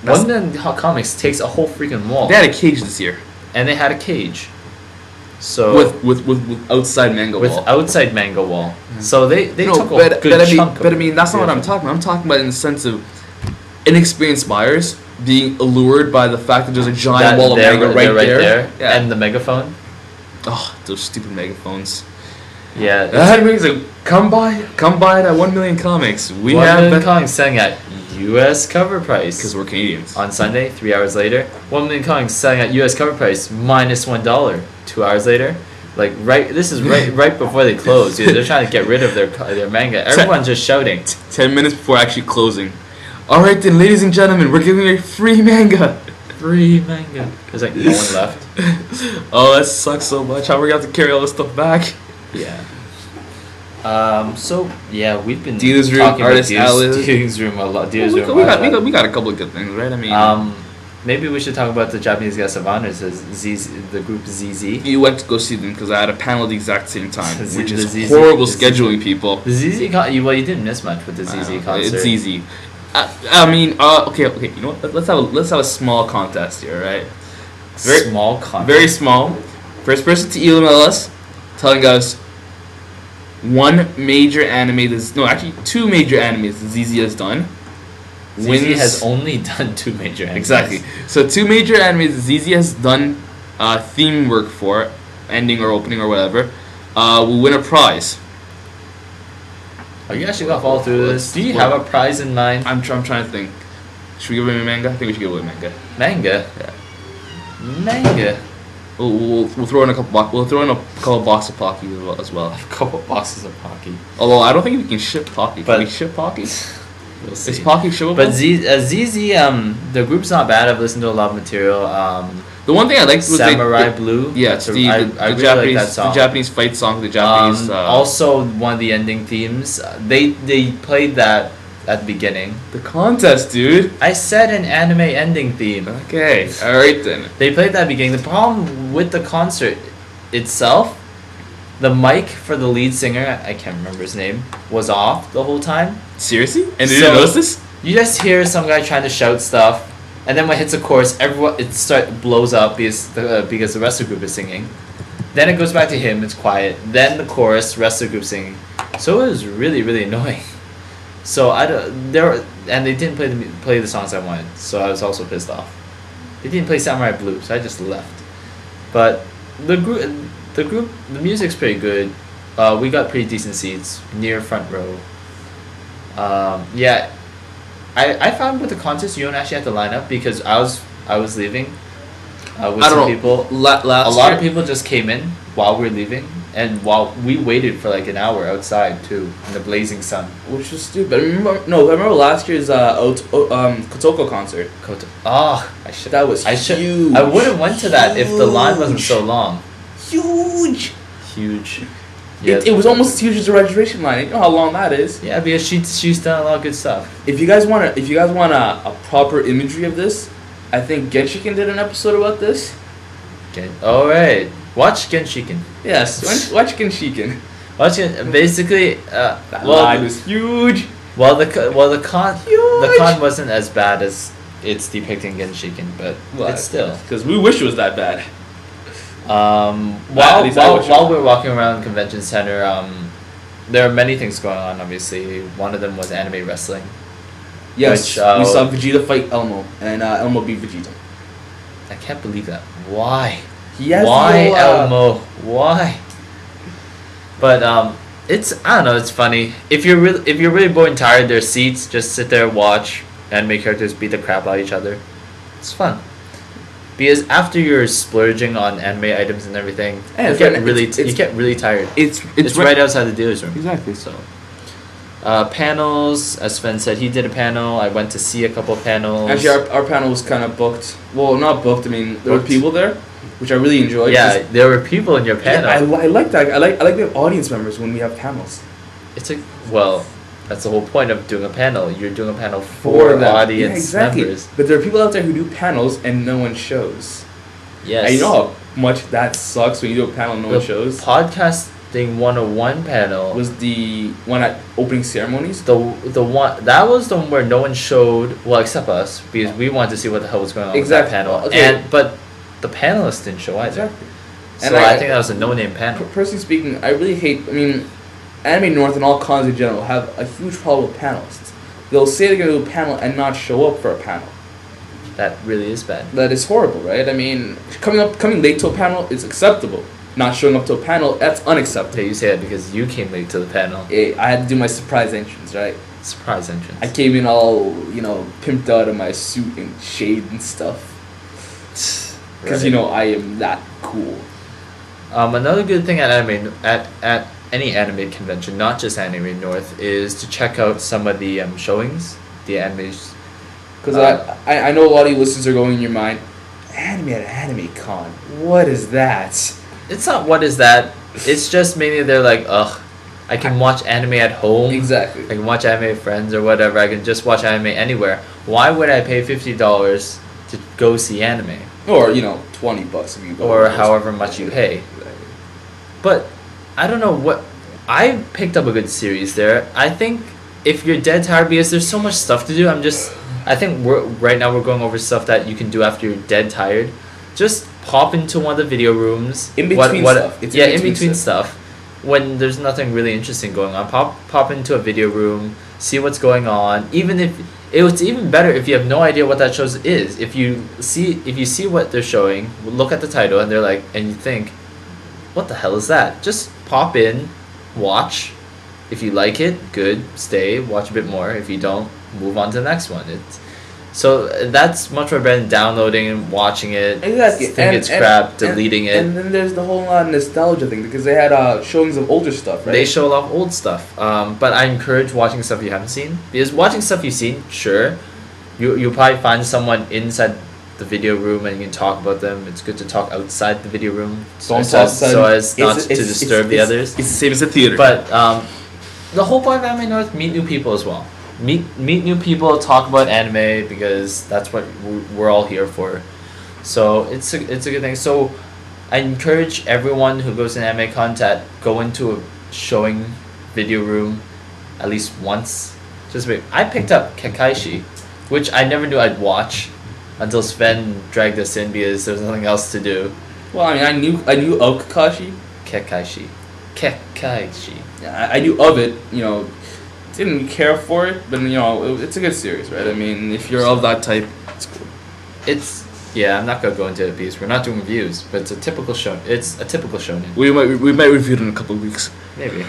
S1: That's-
S2: one million co- comics takes a whole freaking wall,
S1: They had a cage this year
S2: and they had a cage. So
S1: with, with with with outside manga
S2: Oh. with
S1: wall. Mm.
S2: outside manga wall, so they they
S1: no,
S2: took a
S1: but,
S2: good
S1: but I mean,
S2: chunk. of
S1: but I mean, that's not what
S2: dealer's
S1: I'm
S2: room.
S1: talking. about. I'm talking about in the sense of inexperienced buyers being allured by the fact that there's a giant
S2: That-
S1: wall of
S2: they're-
S1: manga
S2: they're
S1: right, there. Yeah.
S2: and the megaphone.
S1: oh, those stupid megaphones.
S2: Yeah,
S1: That means like, come buy, come buy it at One Million Comics. We
S2: we one
S1: have
S2: million
S1: because
S2: comics selling at U.S. cover price.
S1: we're Canadians.
S2: On Sunday, three hours later, one million comics selling at U.S. cover price minus one dollar. Two hours later, like right, this is right right before they close. Dude, they're trying to get rid of their co- their manga. Everyone's just shouting.
S1: 10 minutes before actually closing. Alright then, ladies and gentlemen, we're giving away free manga.
S2: Free manga. There's like no one left.
S1: Oh, that sucks so much. How we got to carry all this stuff back?
S2: Yeah. Um. So yeah, we've been
S1: Dealer's room,
S2: talking about
S1: artist
S2: dealers-
S1: alley.
S2: dealers room a lot.
S1: Well,
S2: Dealers
S1: we,
S2: room.
S1: got, we,
S2: a
S1: got, we,
S2: lot.
S1: got, we got a couple of good things, right? I mean,
S2: Um. Maybe we should talk about the Japanese guest of honors, is Z, the group ZZ.
S1: you went to go see them because I had a panel at the exact same time,
S2: This is-
S1: which
S2: this
S1: is
S2: is-
S1: horrible
S2: this is-
S1: scheduling, people.
S2: The ZZ con- you- well, you didn't miss much with the
S1: I
S2: ZZ
S1: know,
S2: concert.
S1: It's easy. I, I mean, uh, okay, okay. You know what? Let- Let's have a, let's have a small contest here, right? Very-
S2: small concert.
S1: Very small. First person to email us, telling us one major anime that's no, actually two major animes that ZZ has done.
S2: ZZ has only done two major animes.
S1: exactly. So two major animes that ZZ has done uh, theme work for, ending or opening or whatever, uh, will win a prize.
S2: Are Oh, you actually gonna follow through with this? Do you have a prize in mind?
S1: I'm, tr- I'm trying to think. Should we give away manga? I think we should give away manga.
S2: Manga. Manga.
S1: We'll, we'll, we'll throw in a couple. Bo- we'll throw in a couple box of Pocky as well. As well.
S2: A couple boxes of Pocky.
S1: Although I don't think we can ship Pocky. Can
S2: But-
S1: we ship Pocky? Is
S2: We'll see.
S1: Pocky shippable?
S2: but Z, uh, ZZ, um, the group's not bad. I've listened to a lot of material. Um,
S1: The one thing I liked was they-
S2: Samurai
S1: the,
S2: Blue.
S1: yeah, it's
S2: That's a-
S1: the,
S2: I-
S1: the,
S2: I
S1: the
S2: really like
S1: Japanese
S2: that song.
S1: the Japanese fight song, the Japanese.
S2: Um,
S1: uh,
S2: also, one of the ending themes. uh, They they played that at the beginning.
S1: the contest, dude.
S2: I said an anime ending theme.
S1: Okay, all right then.
S2: They played that beginning. The problem with the concert itself, the mic for the lead singer, I can't remember his name, was off the whole time.
S1: Seriously? And did
S2: So-
S1: you notice this?
S2: You just hear some guy trying to shout stuff, and then when it hits a chorus, everyone it start blows up because the, uh, because the rest of the group is singing. Then it goes back to him. It's quiet. Then the chorus, rest of the group singing. So it was really really annoying. So I don't, there and they didn't play the mu- play the songs I wanted. So I was also pissed off. They didn't play Samurai Blue, so I just left. But the group the group the music's pretty good. Uh, we got pretty decent seats near front row. Um, yeah, I, I found with the contest you don't actually have to line up because I was I was leaving uh, with
S1: I
S2: some
S1: don't know.
S2: people
S1: La-
S2: a
S1: last
S2: lot
S1: year-
S2: of people just came in while we're leaving, and while we waited for like an hour outside too in the blazing sun.
S1: which was stupid. I remember, no, I remember last year's uh, Ot- O- um, Kotoko concert.
S2: Koto- Ah, I should.
S1: That was
S2: I should.
S1: huge.
S2: I would have went to that if the line wasn't so long.
S1: Huge.
S2: Huge. Yeah.
S1: It, it was almost as huge as the registration line. You know how long that is.
S2: Yeah, because she she's done a lot of good stuff.
S1: If you guys want to, if you guys want a, a proper imagery of this, I think Genshiken did an episode about this.
S2: Gen- All right, watch Genshiken.
S1: Yes, watch, watch Genshiken.
S2: Watch it. Basically, uh,
S1: That line
S2: well,
S1: was huge.
S2: well, the co- well the con the
S1: Huge.
S2: con wasn't as bad as it's depicting Genshiken, but it's still.
S1: because we wish it was that bad.
S2: Um,
S1: at
S2: while
S1: least I
S2: while,
S1: wish it
S2: while
S1: was.
S2: we're walking around convention center, um, there are many things going on. Obviously, one of them was anime wrestling.
S1: Yes,
S2: Which, uh,
S1: we saw Vegeta fight Elmo, and uh, Elmo beat Vegeta.
S2: I can't believe that. Why?
S1: He has
S2: Why
S1: no, uh,
S2: Elmo? Why? But um, it's I don't know. It's funny if you're really if you're really bored and tired. There's seats. Just sit there, watch anime characters beat the crap out of each other. It's fun. Because after you're splurging on anime items and everything,
S1: Yeah,
S2: you
S1: it's
S2: get
S1: right-
S2: really
S1: it's- it's-
S2: you get really tired.
S1: It's
S2: It's, right, outside the dealer's room.
S1: Exactly. So
S2: So, uh, panels. As Sven said, he did a panel. I went to see a couple panels.
S1: actually, our, our panel was kind of booked. Well, not booked. I mean, there were
S2: Booked.
S1: people there, which I really enjoyed.
S2: yeah,
S1: Just-
S2: there were people in your
S1: yeah,
S2: panel.
S1: I, li- I like that. I like I like we have audience members when we have panels.
S2: It's a well, that's the whole point of doing a panel. You're doing a panel
S1: For
S2: for, the
S1: them.
S2: audience
S1: yeah, exactly.
S2: members.
S1: But there are people out there who do panels and no one shows.
S2: Yes.
S1: And you know how much that sucks when you do a panel and no one
S2: The
S1: shows.
S2: Podcasting 101 panel was
S1: Was the one at opening ceremonies?
S2: the the one that was the one where no one showed well except us because we wanted to see what the hell was going on
S1: Exactly.
S2: with that panel.
S1: Okay.
S2: And but the panelists didn't show either. So
S1: And
S2: I,
S1: I-
S2: think that was a no name
S1: Per-
S2: panel.
S1: Personally speaking, I really hate. I mean, Anime North and all cons in general have a huge problem with panelists. They'll say they're going to do a panel and not show up for a panel.
S2: That really is bad.
S1: That is horrible, right? I mean, coming up, coming late to a panel is acceptable. Not showing up to a panel, that's
S2: Okay,
S1: unacceptable.
S2: you say that because you came late to the panel.
S1: Eh, I had to do my surprise entrance, right?
S2: Surprise entrance.
S1: I came in all, you know, pimped out of my suit and shade and stuff. Because, you
S2: Right.
S1: know, I am that cool.
S2: Um, another good thing at anime at at any anime convention, not just Anime North, is to check out some of the um, showings, the animes.
S1: Because
S2: Uh,
S1: I, I, I know a lot of you listeners are going in your mind, anime at anime con, what is that?
S2: It's not what is that. It's just mainly they're like, ugh, I can watch anime at home.
S1: Exactly.
S2: I can watch anime with friends or whatever. I can just watch anime anywhere. Why would I pay fifty dollars to go see anime
S1: Or, you know, 20 bucks if you go.
S2: or
S1: with those.
S2: however much you pay? But I don't know what I picked up a good series there. I think if you're dead tired because there's so much stuff to do, I'm just I think we're right now we're going over stuff that you can do after you're dead tired. Just pop into one of the video rooms.
S1: In between stuff. It's in
S2: yeah, in
S1: between
S2: between, stuff. When there's nothing really interesting going on, pop pop into a video room, see what's going on. Even if it was even better if you have no idea what that show is. If you see if you see what they're showing, look at the title and they're like, and you think, what the hell is that? Just pop in, watch. If you like it, good, stay, watch a bit more. If you don't, move on to the next one. It's so uh, that's much more better than downloading and watching it,
S1: Exactly.
S2: think it's crap, deleting
S1: and, And
S2: it.
S1: then there's the whole uh, nostalgia thing because they had uh, showings of older stuff, right?
S2: They show a lot of old stuff, um, but I encourage watching stuff you haven't seen because watching stuff you've seen, sure, you you'll probably find someone inside the video room and you can talk about them. It's good to talk outside the video room so,
S1: Don't
S2: so,
S1: talk
S2: so as not
S1: it's-
S2: to
S1: it's-
S2: disturb
S1: it's-
S2: the
S1: it's-
S2: others.
S1: It's the same as a theater.
S2: But um, the whole point of Anime North, meet new people as well. Meet meet new people, talk about anime because that's what w- we're all here for. So it's a, it's a good thing. So I encourage everyone who goes to anime contact go into a showing video room at least once. Just wait. I picked up Kekaishi, which I never knew I'd watch until Sven dragged us in because there was nothing else to do.
S1: well, I mean, I knew I knew of Kakashi.
S2: Kekaishi. Kekaishi.
S1: Yeah, I, I knew of it. You know, didn't care for it, but you know, it, it's a good series, right? I mean, if you're of that type, it's cool.
S2: It's yeah, I'm not gonna go into it because we're not doing reviews, but it's a typical show. It's a typical shonen.
S1: We might we might review it in a couple of weeks.
S2: Maybe.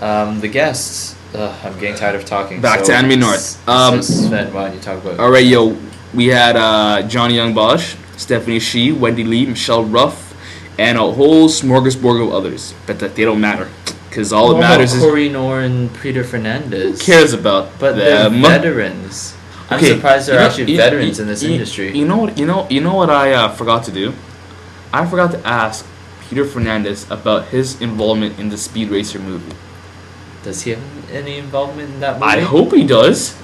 S2: Um, the guests. Ugh, I'm getting tired of talking.
S1: Back to Anime North.
S2: S-
S1: Um,
S2: so Sven, why don't you talk about?
S1: All right, yo, we had uh, Johnny Young Bosch, Stephanie Shi, Wendy Lee, Michelle Ruff, and a whole smorgasbord of others. But that they don't matter, because all
S2: What
S1: that
S2: about
S1: matters is
S2: Cory Nor and Peter Fernandez.
S1: who cares about
S2: But they're
S1: them.
S2: veterans. I'm
S1: Okay,
S2: surprised they're
S1: you know-
S2: actually
S1: you-
S2: veterans
S1: you-
S2: in this
S1: you-
S2: industry.
S1: You know what? You know. You know what I uh, forgot to do. I forgot to ask Peter Fernandez about his involvement in the Speed Racer movie.
S2: Does he have any involvement in that movie?
S1: I hope he does.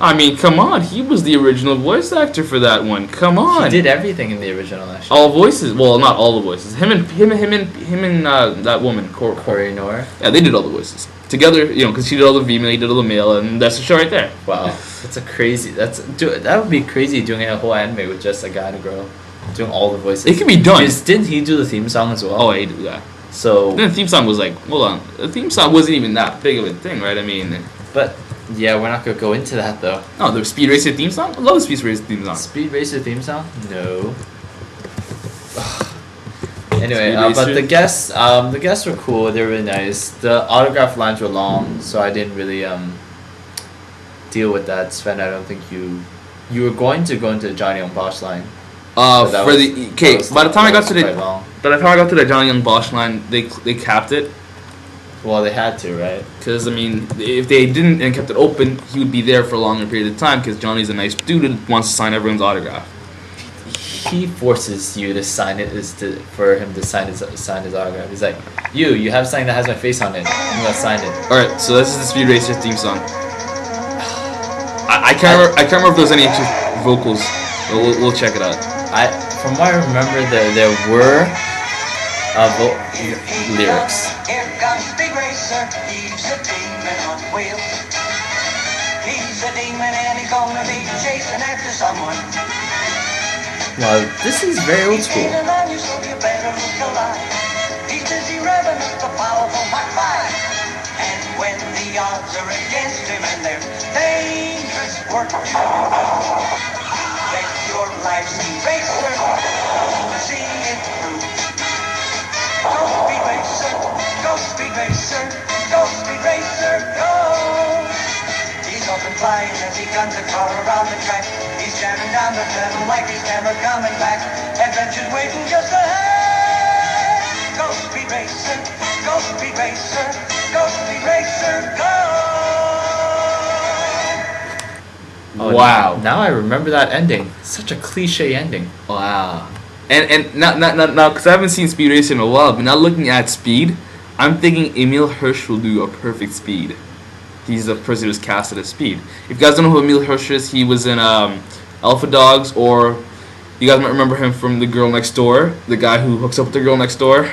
S1: I mean, come on, he was the original voice actor for that one. Come on,
S2: He did everything in the original, actually.
S1: all voices. Well, not all the voices. Him and him, him and him and uh, that woman, Cor- Cor-
S2: Corey Noor.
S1: Yeah, they did all the voices together. You know, because he did all the female, he did all the male, and that's the show right there.
S2: Wow, that's a crazy. That's do, that would be crazy doing a whole anime with just a guy and a girl, doing all the voices.
S1: It can be done.
S2: Just- didn't he do the theme song as well?
S1: Oh, I do that.
S2: so
S1: Then the theme song was like, hold on, the theme song wasn't even that big of a thing, right? I mean,
S2: but yeah, we're not gonna go into that though.
S1: no, the Speed Racer theme song. I love the Speed Racer theme song.
S2: Speed Racer theme song? No. anyway,
S1: Speed
S2: uh, but
S1: Racer?
S2: the guests, um, the guests were cool. They were really nice. The autograph lines were long, so I didn't really um, deal with that. Sven, I don't think you you were going to go into Johnny on Bosch line.
S1: Uh,
S2: but that
S1: for
S2: was-
S1: the okay,
S2: that was-
S1: by the time I
S2: that
S1: got
S2: was
S1: to the
S2: quite long.
S1: by the time I got to the Johnny Young Bosch line, they they capped it
S2: well, they had to, right?
S1: because I mean, if they didn't and kept it open, he would be there for a longer period of time because Johnny's a nice dude and wants to sign everyone's autograph.
S2: he forces you to sign it is to for him to sign his sign his autograph. He's like, you, you have something that has my face on it. You must sign it.
S1: All right, so this is the Speed Racer theme song. I, I can't remember. I can't remember if there's any extra vocals. but We'll, we'll check it out.
S2: I from what I remember, there there were uh, vo- lyrics.
S3: Here comes Big Racer, he's a demon on wheels. He's a demon and he's gonna be chasing after someone.
S2: Well, this is very old
S3: He's
S2: school.
S3: leaning on you, so you better look alive. He's busy revving up the powerful Mach 5. And when the odds are against him and they're dangerous work, bet your life's a racer. See it through. Go speed racer, go speed racer, go speed racer, go. He's up and flying as he guns a car around the track. He's jamming down the pedal like he's never coming back. Adventures waiting just ahead. Go speed racer, go speed racer, go speed racer, go!
S2: Oh,
S1: wow.
S2: Now, I remember that ending. Such a cliche ending.
S1: Wow. And and now now now because I haven't seen Speed Racer in a while, but now looking at Speed, I'm thinking Emil Hirsch will do a perfect Speed. He's the person who was casted as Speed. If you guys don't know who Emil Hirsch is, he was in um, Alpha Dogs, or you guys might remember him from The Girl Next Door, the guy who hooks up with the girl next door.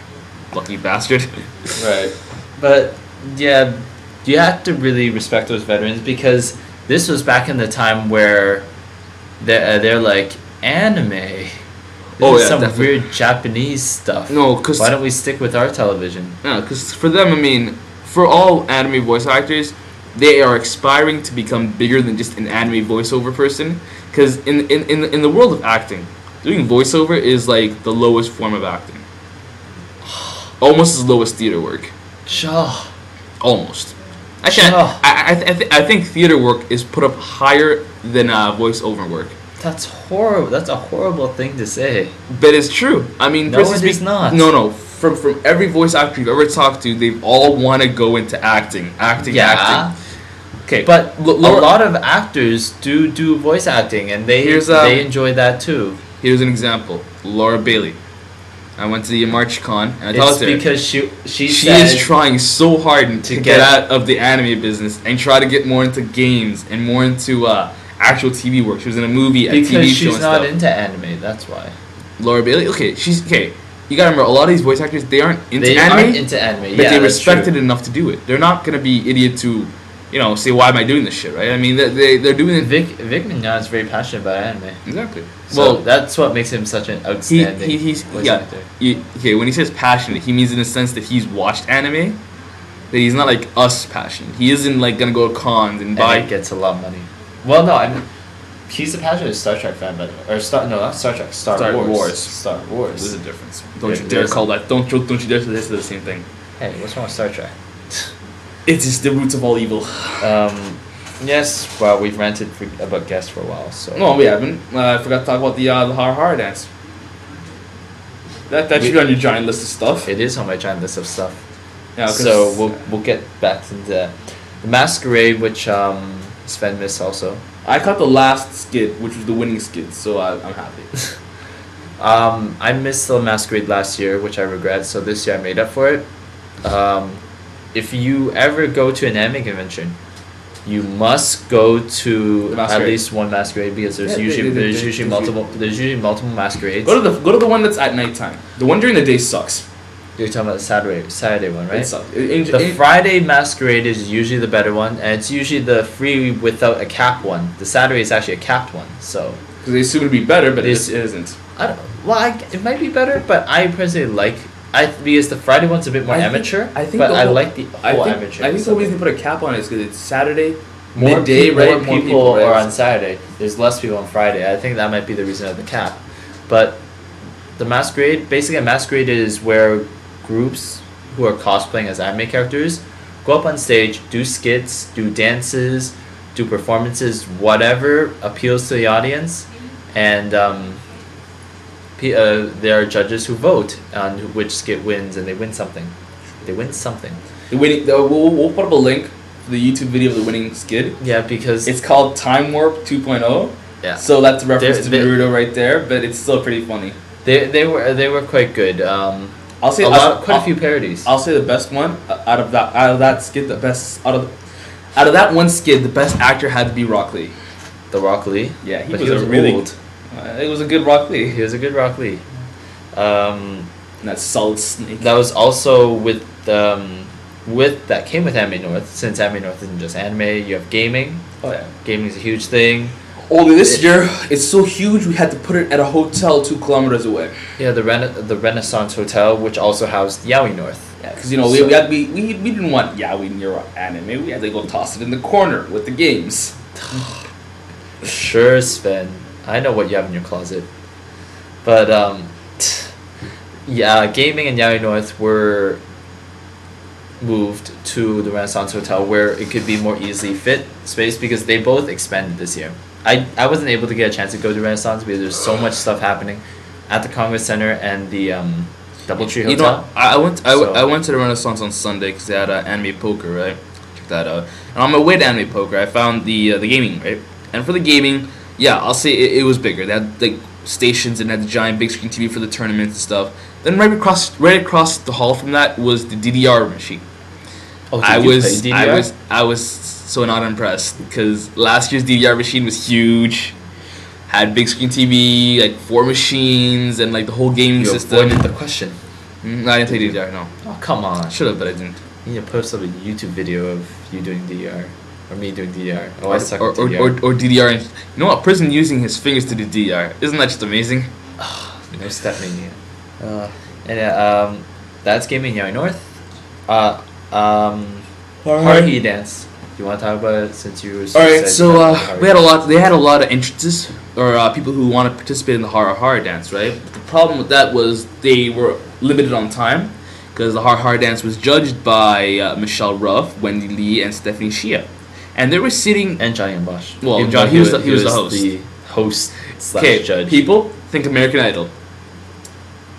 S1: Lucky bastard.
S2: Right. But yeah, you have to really respect those veterans because this was back in the time where they're, uh, they're like anime. This
S1: Oh,
S2: is
S1: yeah,
S2: some
S1: definitely.
S2: weird Japanese stuff.
S1: No, because
S2: Why don't we stick with our television?
S1: No, because for them, I mean, for all anime voice actors, they are aspiring to become bigger than just an anime voiceover person. Because in, in, in, in the world of acting, doing voiceover is like the lowest form of acting. Almost as low as theater work.
S2: Shaw.
S1: Almost. Actually, I,
S2: Ugh.
S1: I, I, th- I, th- I think theater work is put up higher than uh, voiceover work.
S2: That's horrible. That's a horrible thing to say.
S1: But it's true. I mean,
S2: No,
S1: personally
S2: it is
S1: speak-
S2: not.
S1: No, no. From from every voice actor you've ever talked to, they've all want to go into acting, acting, acting. Okay,
S2: But
S1: Lo-
S2: a
S1: Laura-
S2: lot of actors do do voice acting, and they
S1: Here's, um,
S2: they enjoy that too.
S1: Here's an example: Laura Bailey. I went to the March Con and I
S2: It's
S1: talked to her.
S2: because she she,
S1: she
S2: said,
S1: is trying so hard to,
S2: to
S1: get,
S2: get-
S1: out of the anime business and try to get more into games and more into uh, actual TV work. She was in a movie, a
S2: because
S1: TV show,
S2: she's
S1: and
S2: not
S1: stuff.
S2: into anime. That's why
S1: Laura Bailey. Okay, she's okay. You gotta remember, a lot of these voice actors they aren't into
S2: they
S1: anime,
S2: aren't into anime.
S1: but
S2: yeah,
S1: they
S2: that's
S1: respected
S2: true.
S1: it enough to do it. They're not gonna be idiots who, you know, say why am I doing this shit, right? I mean, they, they they're doing it
S2: Vic Vic Mignon is very passionate about anime.
S1: exactly.
S2: So well, that's what makes him such an
S1: he,
S2: outstanding.
S1: he, he's
S2: voice
S1: yeah.
S2: actor.
S1: You, okay, when he says passionate, he means in the sense that he's watched anime. That he's not like us passionate. He isn't like gonna go to cons and
S2: And
S1: buy.
S2: he gets a lot of money. Well, no, I'm. He's a passionate Star Trek fan, by the way. Or Star, no, not Star Trek. Star,
S1: Star
S2: Wars.
S1: Wars.
S2: Star
S1: There's
S2: Wars.
S1: a difference. Don't you
S2: Yeah,
S1: dare
S2: there's-
S1: call that. Don't you- don't you dare say this is the same thing.
S2: Hey, what's wrong with Star Trek?
S1: It is the roots of all evil.
S2: Um, yes. Well, we've ranted for, about guests for a while, so.
S1: No, we haven't. Uh, I forgot to talk about the uh, the har har dance. That that should be on your giant list of stuff.
S2: It is on my giant list of stuff.
S1: Yeah, 'cause-
S2: so we'll we'll get back to the, the masquerade, which um Sven missed also.
S1: I caught the last skit, which was the winning skit, so I, I'm happy.
S2: Um, I missed the masquerade last year, which I regret. So this year I made up for it. Um, if you ever go to an anime convention, you must go to at
S1: Masquerade.
S2: least one masquerade because there's
S1: Yeah, they-
S2: usually
S1: they- they-
S2: there's
S1: they-
S2: usually
S1: they-
S2: multiple there's usually multiple masquerades.
S1: Go to the go to the one that's at nighttime. The one during the day sucks.
S2: You're talking about the Saturday Saturday one, right?
S1: It sucks. It- it-
S2: The
S1: it-
S2: Friday masquerade is usually the better one, and it's usually the free without a cap one. The Saturday is actually a capped one, so
S1: 'cause they assume it'd be better, but it
S2: This-
S1: just isn't.
S2: I don't, well, I, it might be better, but I personally like I because the Friday one's a bit more
S1: I think-
S2: amateur.
S1: I think
S2: but
S1: the
S2: I
S1: whole-
S2: like the
S1: I
S2: whole
S1: think,
S2: amateur.
S1: I think the
S2: side.
S1: reason they put a cap on it is because it's Saturday,
S2: more
S1: midday,
S2: peop-
S1: right?
S2: More people,
S1: right?
S2: are on Saturday. There's less people on Friday. I think that might be the reason of the cap, but the masquerade basically a masquerade is where groups who are cosplaying as anime characters go up on stage, do skits, do dances, do performances, whatever appeals to the audience, and um, pe- uh, there are judges who vote on which skit wins, and they win something. They win something.
S1: The winning, the, we'll, we'll put up a link for the YouTube video of the winning skid.
S2: Yeah, because
S1: It's called Time Warp 2.0.
S2: yeah.
S1: So that's a reference
S2: There-
S1: to
S2: there-
S1: Naruto right there, but it's still pretty funny.
S2: They, they were they were quite good. Um,
S1: I'll say
S2: a
S1: I'll-
S2: lot, uh, quite a
S1: I'll-
S2: few parodies.
S1: I'll say the best one uh, out of that out of that skid. The best out of out of that one skid, the best actor had to be Rock Lee.
S2: the Rock Lee,
S1: Yeah, he
S2: But
S1: was,
S2: he was
S1: a really.
S2: old.
S1: Uh, it was a good Rock Lee.
S2: he was a good Rock Lee. Um,
S1: And that solid snake.
S2: that was also with um, with that came with Anime North. Since Anime North isn't just anime, you have gaming.
S1: oh yeah.
S2: Gaming is a huge thing.
S1: Only this year, it's so huge we had to put it at a hotel two kilometers away.
S2: Yeah, the Rena- the Renaissance Hotel, which also housed Yaoi North.
S1: Yeah, because you know we,
S2: So-
S1: we had we, we we didn't want Yaoi near our anime. We had to go toss it in the corner with the games.
S2: Sure, Sven. I know what you have in your closet. But um yeah, gaming and Yaoi North were moved to the Renaissance Hotel where it could be more easily fit space because they both expanded this year. I, I wasn't able to get a chance to go to Renaissance because there's so much stuff happening at the Congress Center and the um, Doubletree Hotel.
S1: You know, I I went I, w-
S2: So-
S1: I went to the Renaissance on Sunday because they had uh, anime poker, right? Check that out. And on my way to anime poker, I found the uh, the gaming, right? And for the gaming, yeah, I'll say it, it was bigger. They had like stations and had the giant big screen TV for the tournaments and stuff. Then right across right across the hall from that was the DDR machine.
S2: Oh, did
S1: I
S2: you
S1: was
S2: play
S1: I
S2: DDR?
S1: was I was so not impressed because last year's DDR machine was huge, had big screen TV, like four machines, and like the whole gaming
S2: you
S1: system.
S2: avoided the question.
S1: Mm, I didn't play DDR. No,
S2: Oh come on.
S1: I should have, but I didn't.
S2: You need to post up a YouTube video of you doing DDR or me doing DDR. Oh, I
S1: or,
S2: suck
S1: or,
S2: at DDR.
S1: Or, or, or DDR. And, you know what? Prison using his fingers to do DDR. Isn't that just amazing?
S2: no Stephanie. Uh, and uh, um, that's gaming Young North. Uh, um, Haruhi dance. You want to talk about it since you were.
S1: All right, so uh, we had a lot. They had a lot of entrances or uh, people who want to participate in the Hara Hara dance, right? But the problem with that was they were limited on time because the Hara Hara dance was judged by uh, Michelle Ruff, Wendy Lee, and Stephanie Shia, and they were sitting.
S2: and Johnny and Bosch.
S1: Well,
S2: Even
S1: John-
S2: though
S1: he was the- he was the host.
S2: The host slash
S1: Okay,
S2: judge.
S1: people think American Idol.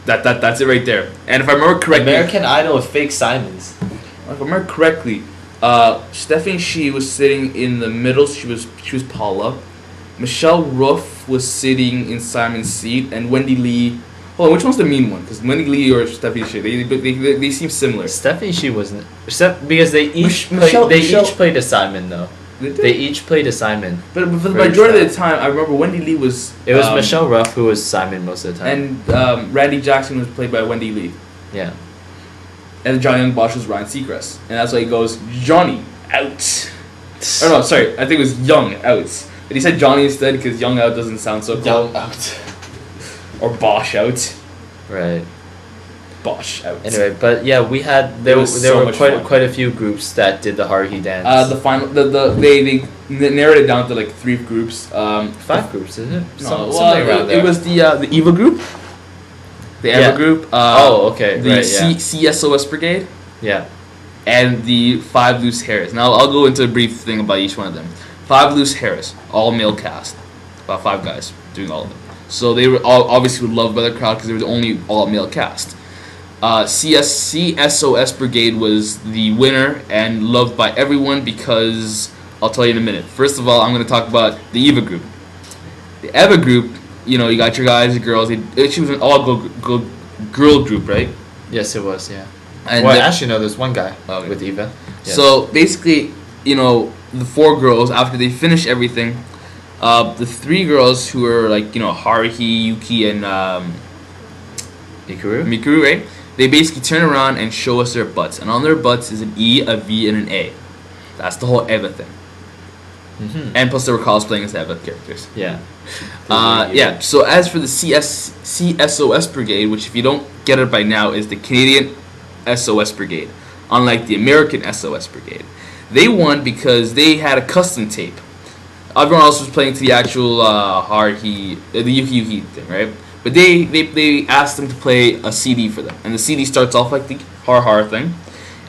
S1: That that that's it right there. And if I remember correctly,
S2: American Idol with fake Simons.
S1: if I remember correctly, uh, Stephanie She was sitting in the middle. She was she was Paula. Michelle Ruff was sitting in Simon's seat, and Wendy Lee. Hold on, which one's the mean one? Because Wendy Lee or Stephanie She, they, they, they, they seem similar.
S2: Stephanie, she wasn't. Steph, because they each
S1: Mich-
S2: played,
S1: Michelle-
S2: they
S1: Michelle-
S2: each played a Simon though.
S1: They
S2: They
S1: did.
S2: each played a Simon.
S1: But but for the
S2: Very
S1: majority of
S2: sad.
S1: the time, I remember Wendy Lee was.
S2: It was
S1: um,
S2: Michelle Ruff who was Simon most of the time.
S1: And um, Randy Jackson was played by Wendy Lee.
S2: yeah.
S1: And Johnny Young Bosch was Ryan Seacrest. And that's why he goes, Johnny, out. Oh no, sorry. I think it was Young out. But he said Johnny instead because Young out doesn't sound so cool.
S2: out.
S1: Or Bosch out.
S2: Right.
S1: Bosch out.
S2: Anyway, but yeah, we had there
S1: It
S2: were
S1: was
S2: there
S1: so
S2: were
S1: much
S2: quite
S1: fun.
S2: quite a few groups that did the Haruhi dance.
S1: Uh, the final, the, the they they n- narrowed it down to like three groups. Um,
S2: five groups, isn't it?
S1: no,
S2: Some-
S1: well,
S2: something around
S1: it,
S2: there.
S1: it was the uh, the Eva group, the Eva
S2: Yeah.
S1: group. Uh,
S2: oh, okay,
S1: the
S2: right, yeah,
S1: C- CSOS brigade
S2: yeah.
S1: and the Five Loose Hairs. Now I'll go into a brief thing about each one of them. Five Loose Hairs, all male cast, about five guys doing all of them. So they were all obviously were loved by the crowd because they were the only all male cast. Uh, CS CSOS Brigade was the winner and loved by everyone because I'll tell you in a minute. First of all, I'm going to talk about the EVA group. The EVA group you know, you got your guys, your girls. It, she was an all girl, girl, girl group, right?
S2: Yes, it was. Yeah.
S1: And
S2: well,
S1: the-
S2: actually, no. There's one guy
S1: Oh, yeah.
S2: with Eva. Yes.
S1: So basically, you know, the four girls after they finish everything, uh, the three girls who are like you know Haruhi, Yuki, and um,
S2: Ikuru.
S1: Mikuru, right? They basically turn around and show us their butts, and on their butts is an E, a V, and an A. That's the whole Eva thing.
S2: Mm-hmm.
S1: And plus, they were cosplaying as the Eva characters.
S2: Yeah.
S1: Uh, yeah. So as for the CS CSOS brigade, which if you don't get it by now is the Canadian SOS brigade, unlike the American SOS brigade, they won because they had a custom tape. Everyone else was playing to the actual uh, Haruhi, uh, the Yuki Yuki thing, right? But they, they they asked them to play a CD for them, and the CD starts off like the Har Har thing,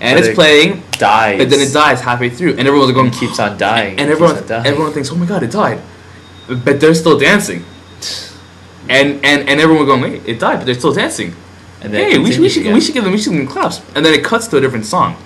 S1: and
S2: But
S1: it's
S2: it
S1: playing,
S2: Dies.
S1: but then it dies halfway through, and everyone's going
S2: And keeps on
S1: and
S2: dying. keeps
S1: everyone
S2: on dying.
S1: everyone thinks, oh my god, it died, but they're still dancing, and and and everyone going, wait, it died, but they're still dancing.
S2: And then
S1: Hey, we should we
S2: continues
S1: should,
S2: again.
S1: we should give them we should give them claps, and then it cuts to a different song,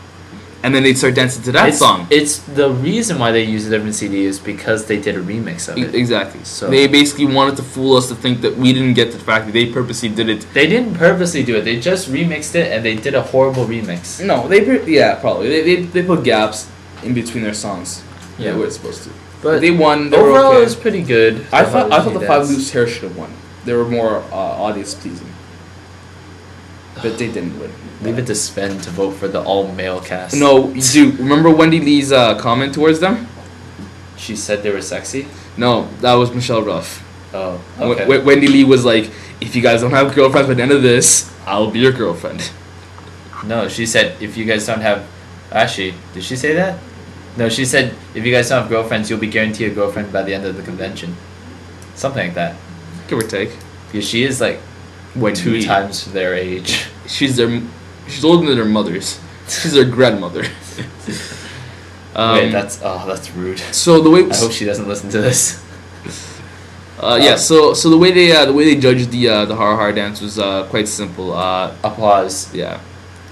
S1: and then they start dancing to that
S2: it's,
S1: song.
S2: It's the reason why they use a different CD is because they did a remix of
S1: E-
S2: it.
S1: Exactly.
S2: So-
S1: they basically wanted to fool us to think that we didn't get the fact that they purposely did it.
S2: They didn't purposely do it. They just remixed it, and they did a horrible remix.
S1: No, they pur- yeah probably they, they they put gaps in between their songs.
S2: Yeah.
S1: they were supposed to.
S2: But
S1: they won. They
S2: overall,
S1: were okay.
S2: it was pretty good.
S1: I thought I thought the Five
S2: Loose.
S1: Loose Hair should have won. They were more uh, audience pleasing, but they didn't win.
S2: Leave it to Sven to vote for the all male cast.
S1: No, dude. Remember Wendy Lee's uh, comment towards them?
S2: she said they were sexy.
S1: No, that was Michelle Ruff.
S2: Oh,
S1: W-
S2: okay.
S1: W- Wendy Lee was like, "If you guys don't have girlfriends by the end of this, I'll be your girlfriend."
S2: No, she said if you guys don't have, actually, did she say that? No, she said if you guys don't have girlfriends, you'll be guaranteed a girlfriend by the end of the convention, something like that.
S1: Give or take.
S2: Because she is like
S1: Wendy
S2: two
S1: Lee.
S2: times their age.
S1: She's their. She's older than their mothers. She's their grandmother. um,
S2: Wait, that's oh, that's rude.
S1: so the way.
S2: I hope she doesn't listen to this.
S1: Uh,
S2: Um,
S1: yeah, so so the way they uh, the way they judged the uh, the har har dance was uh, quite simple. Uh,
S2: Applause.
S1: yeah,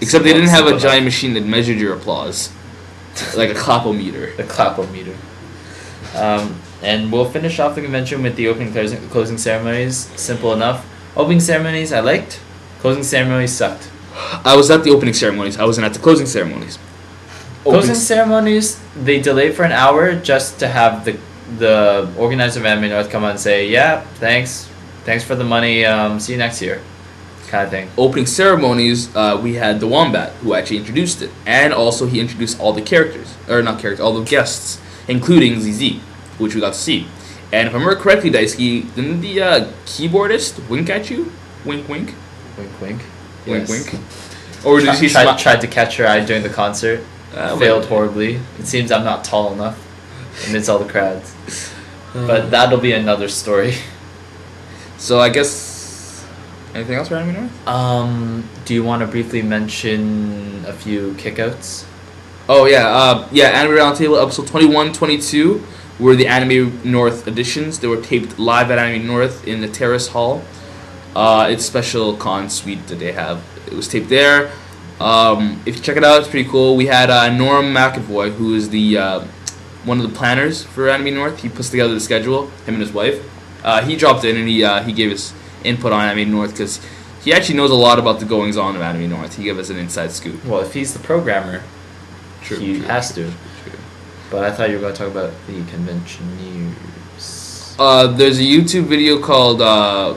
S1: except they
S2: Simple-
S1: didn't have a
S2: simple.
S1: giant machine that measured your applause, like a clapometer.
S2: The clapometer. Um, and we'll finish off the convention with the opening closing, closing ceremonies. Simple enough. Opening ceremonies I liked. Closing ceremonies sucked.
S1: I was at the opening ceremonies. I wasn't at the closing ceremonies.
S2: Closing ceremonies they delayed for an hour just to have the the organizer of Anime North come out and say, "Yeah, thanks, thanks for the money. Um, see you next year," kind of thing.
S1: opening ceremonies, uh, we had the Wombat, who actually introduced it, and also he introduced all the characters, or not characters, all the guests, including ZZ, which we got to see. And if I remember correctly, Daisuke, didn't the uh, keyboardist wink at you? Wink, wink,
S2: Wink, wink.
S1: wink,
S2: Yes.
S1: wink. Or did
S2: Tri-
S1: he
S2: tried,
S1: smile?
S2: tried to catch her eye during the concert.
S1: Uh,
S2: failed
S1: wait.
S2: horribly. It seems I'm not tall enough amidst all the crowds.
S1: Uh,
S2: But that'll be another story.
S1: So I guess anything else for Anime North?
S2: Um, do you want to briefly mention a few kickouts?
S1: Oh yeah, uh, yeah. Anime Roundtable episode 21, 22 were the Anime North editions. They were taped live at Anime North in the Terrace Hall. Uh, it's special con suite that they have. It was taped there. Um, if you check it out, it's pretty cool. We had uh, Norm McAvoy, who is the uh, one of the planners for Anime North. He puts together the schedule. Him and his wife. Uh, he dropped in and he uh, he gave us input on Anime North because he actually knows a lot about the goings on of Anime North. He gave us an inside scoop.
S2: Well, if he's the programmer, he has to.
S1: true.
S2: But I thought you were going to talk about the conventioneers.
S1: Uh, there's a YouTube video called. Uh,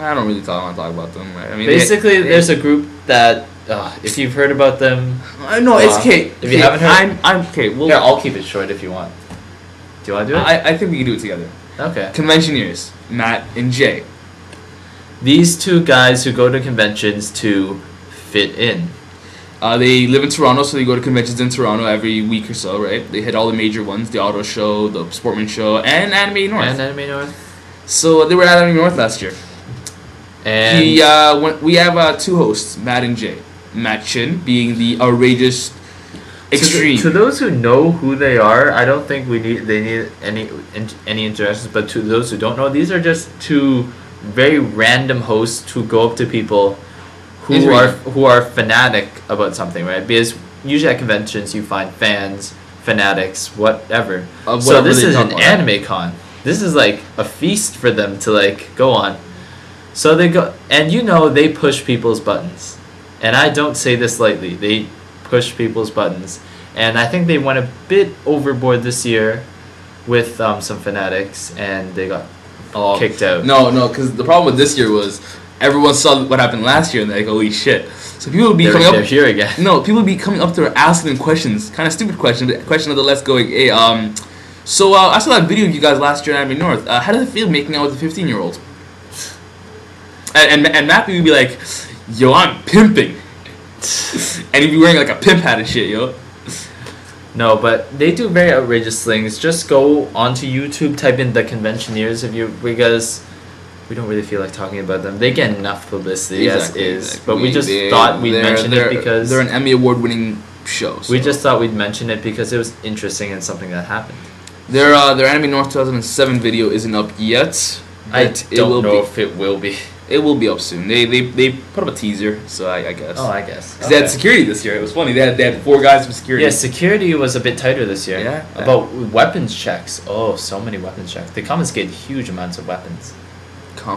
S1: I don't really talk, want to talk about them. Right? I mean,
S2: Basically, there's a group that, uh, if you've heard about them,
S1: I no, it's
S2: uh,
S1: okay.
S2: if you haven't heard-
S1: I'm I'm okay. Well,
S2: here, I'll keep it short if you want. Do you want to do it?
S1: I, I think we can do it together.
S2: okay.
S1: Conventioneers, Matt and Jay.
S2: These two guys who go to conventions to fit in.
S1: Uh, they live in Toronto, so they go to conventions in Toronto every week or so, right? They hit all the major ones: the Auto Show, the Sportman Show, and Anime North.
S2: And Anime North.
S1: so uh, they were at Anime North last year.
S2: And
S1: The uh, when, we have uh, two hosts, Matt and Jay. Matt Chin being the outrageous,
S2: to th-
S1: extreme.
S2: To, those who know who they are, I don't think we need they need any in, any introductions. But to those who don't know, these are just two very random hosts who go up to people who
S1: These are-
S2: are who are fanatic about something, right? Because usually at conventions you find fans, fanatics, whatever.
S1: Of
S2: so
S1: whatever
S2: this
S1: they
S2: is
S1: talk
S2: an
S1: about.
S2: anime con. This is like a feast for them to like go on. So they go, and you know they push people's buttons, and I don't say this lightly. They push people's buttons, and I think they went a bit overboard this year with um, some fanatics, and they got
S1: Oh.
S2: kicked out.
S1: No, no, because the problem with this year was everyone saw what happened last year and they're like, holy shit. So people would be
S2: they're,
S1: coming
S2: they're
S1: up.
S2: here again.
S1: No, people would be coming up to her asking them questions, kind of stupid question, but question of the less going, hey, um, so uh, I saw that video of you guys last year at Miami North. Uh, how did it feel making out with a 15 year old? And, and, and Mappy would be like, yo, I'm pimping. and he'd be wearing like a pimp hat and shit, yo.
S2: No, but they do very outrageous things. Just go onto YouTube, type in the conventioneers if you because we don't really feel like talking about them. They get enough publicity
S1: Exactly,
S2: as is.
S1: exactly.
S2: But we just
S1: they-
S2: thought we'd
S1: they're-
S2: mention
S1: they're-
S2: it because
S1: They're an Emmy Award winning show. so.
S2: we just thought we'd mention it because it was interesting and something that happened.
S1: Their uh, their Anime North 2007 video isn't up yet.
S2: I
S1: but
S2: don't know
S1: Be,
S2: if it will be.
S1: it will be up soon. They they, they put up a teaser, so I, I guess.
S2: Oh, I guess.
S1: 'Cause they had security this year. It was funny. They had, they had four guys from security.
S2: Yeah, security was a bit tighter this year.
S1: Yeah.
S2: About weapons checks. Oh, so many weapons checks. They confiscate huge amounts of weapons.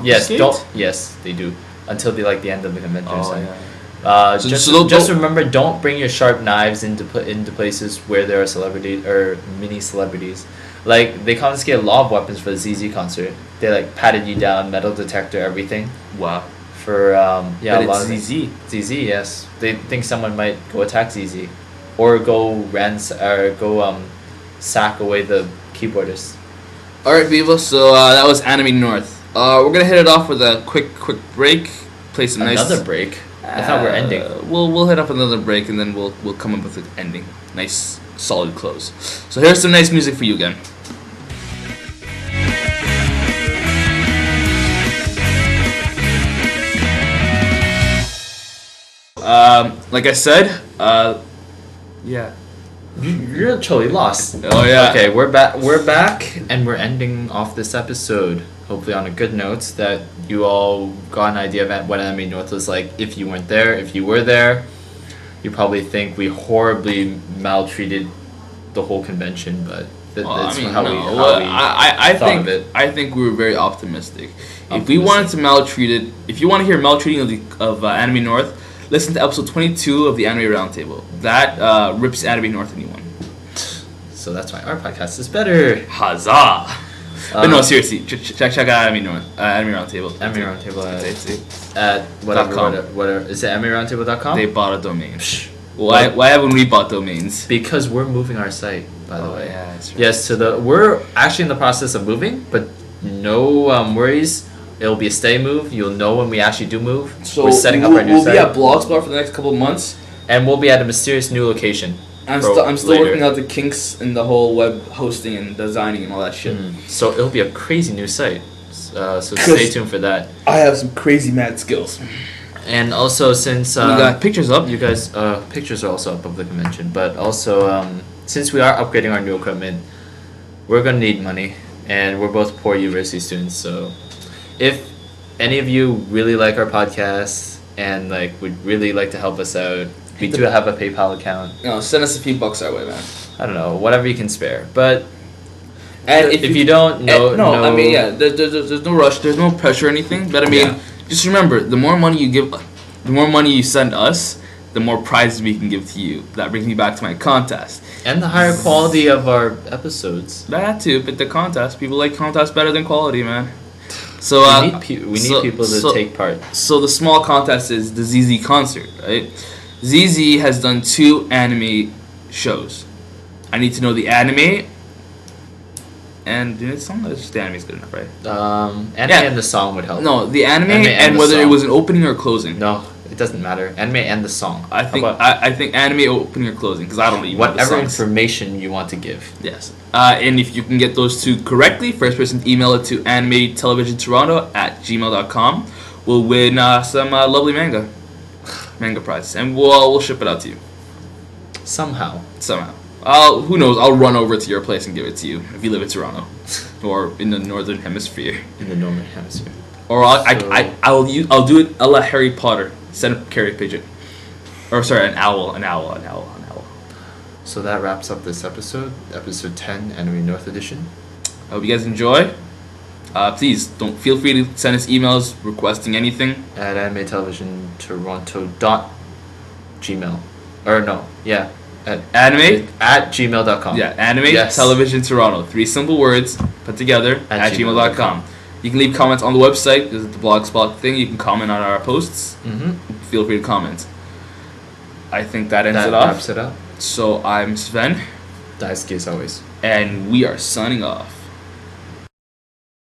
S2: Yes,
S1: Confiscate?
S2: don't. Yes, they do. Until the like the end of the convention. or
S1: Oh,
S2: something.
S1: yeah.
S2: Uh,
S1: So-
S2: just
S1: so don't-
S2: just
S1: don't-
S2: remember, don't bring your sharp knives into pla- into places where there are celebrities or mini celebrities. Like they confiscate a lot of weapons for the ZZ concert. They like patted you down, metal detector, everything.
S1: Wow.
S2: For um, yeah,
S1: But
S2: a lot
S1: it's
S2: of
S1: ZZ.
S2: ZZ, yes. They think someone might go attack ZZ, or go rans or go um, sack away the keyboardist.
S1: All right, people. So uh, that was Anime North. Uh, we're gonna hit it off with a quick quick break. Play some nice.
S2: Another break. I thought we're
S1: Uh,
S2: ending.
S1: We'll we'll hit up another break and then we'll we'll come up with an ending. Nice solid close. So here's some nice music for you again. Um, like I said, uh, yeah.
S2: You, you're totally lost.
S1: Oh yeah.
S2: Okay, we're back. We're back, and we're ending off this episode. Hopefully, on a good note that you all got an idea of what Anime North was like. If you weren't there, if you were there, you probably think we horribly maltreated the whole convention. But th-
S1: Well,
S2: that's
S1: I mean,
S2: how
S1: no.
S2: we. How
S1: Well,
S2: we
S1: I, I, I
S2: thought
S1: think
S2: of it.
S1: I think we were very optimistic. If we
S2: Optimistic.
S1: wanted to maltreat it, if you want to hear maltreating of the of uh, Anime North, listen to episode twenty two of the Anime Roundtable. That uh, rips Anime North a new one.
S2: so that's why our podcast is better.
S1: Huzzah! but
S2: Um,
S1: no, seriously, ch- ch- check check out Anime North, uh, Anime Roundtable.
S2: Anime Roundtable
S1: It's-
S2: at,
S1: it's- it's-
S2: at whatever,
S1: com.
S2: whatever, whatever. Is it AnimeRoundtable.com?
S1: They bought a domain.
S2: Psh,
S1: Why why haven't we bought domains?
S2: because we're moving our site, by the
S1: Oh,
S2: way.
S1: yeah, that's right.
S2: Yes, so the we're actually in the process of moving, but no um, worries. It'll be a steady move. You'll know when we actually do move.
S1: So
S2: we're setting up
S1: we'll-
S2: our new
S1: we'll
S2: site,
S1: be at Blogspot for the next couple of months.
S2: and we'll be at a mysterious new location.
S1: I'm,
S2: for
S1: st- I'm still
S2: later.
S1: working out the kinks in the whole web hosting and designing and all that shit.
S2: Mm, So it'll be a crazy new site. S- Uh, so stay
S1: Cause-
S2: tuned for that.
S1: I have some crazy mad skills.
S2: And also, since uh,
S1: we got pictures up.
S2: you guys uh, pictures are also up of the convention, but also um, since we are upgrading our new equipment, we're gonna need money, and we're both poor university students, so if any of you really like our podcast and like would really like to help us out, we do have a PayPal account.
S1: You know, send us a few bucks our way, man.
S2: I don't know, whatever you can spare. But
S1: And
S2: if, you, don't, no,
S1: and- I mean, yeah, there, there, there's, there's no rush, there's no pressure or anything. But I mean,
S2: Yeah.
S1: just remember, the more money you give, the more money you send us, the more prizes we can give to you. That brings me back to my contest.
S2: and the higher quality of our episodes.
S1: That too, but the contest, people like contest better than quality, man. So uh,
S2: We need, pe- we need
S1: so-
S2: people to
S1: so-
S2: take part.
S1: So the small contest is the ZZ concert, right? ZZ has done two anime shows. I need to know the anime. And dude, it's not just the anime is good enough, right?
S2: Um, anime
S1: Yeah.
S2: and the song would help.
S1: No, the anime,
S2: Anime
S1: and,
S2: and the
S1: whether it
S2: song.
S1: was an opening or closing.
S2: No, it doesn't matter. Anime and the song.
S1: I
S2: How
S1: think
S2: about
S1: I, I think anime opening or closing because I don't even know the
S2: whatever
S1: songs.
S2: information you want to give.
S1: Yes. Uh, and if you can get those two correctly, first person to email it to animetelevisiontoronto at gmail.com will win uh, some uh, lovely manga. Manga prize. And we'll, we'll ship it out to you.
S2: Somehow.
S1: somehow. I'll, who knows? I'll run over to your place and give it to you if you live in Toronto, or in the northern hemisphere.
S2: In the northern hemisphere.
S1: Or I'll,
S2: So-
S1: I, I, I'll use, I'll do it. I'll let Harry Potter send a carry pigeon, or sorry, an owl, an owl, an owl, an owl.
S2: So that wraps up this episode, episode 10, Anime North Edition.
S1: I hope you guys enjoy. Uh, please don't feel free to send us emails requesting anything.
S2: at animetelevisiontoronto.gmail. Or no, yeah. At,
S1: Anime,
S2: at gmail.com.
S1: yeah, anime
S2: Yes.
S1: television Toronto. Three simple words put together
S2: At
S1: at,
S2: gmail.com.
S1: gmail.com. You can leave comments on the website. There's the blogspot thing. You can comment on our posts.
S2: Mm-hmm.
S1: Feel free to comment. I think that ends
S2: that
S1: it off.
S2: wraps it up.
S1: So I'm Sven,
S2: Daisuke as always.
S1: and we are signing off.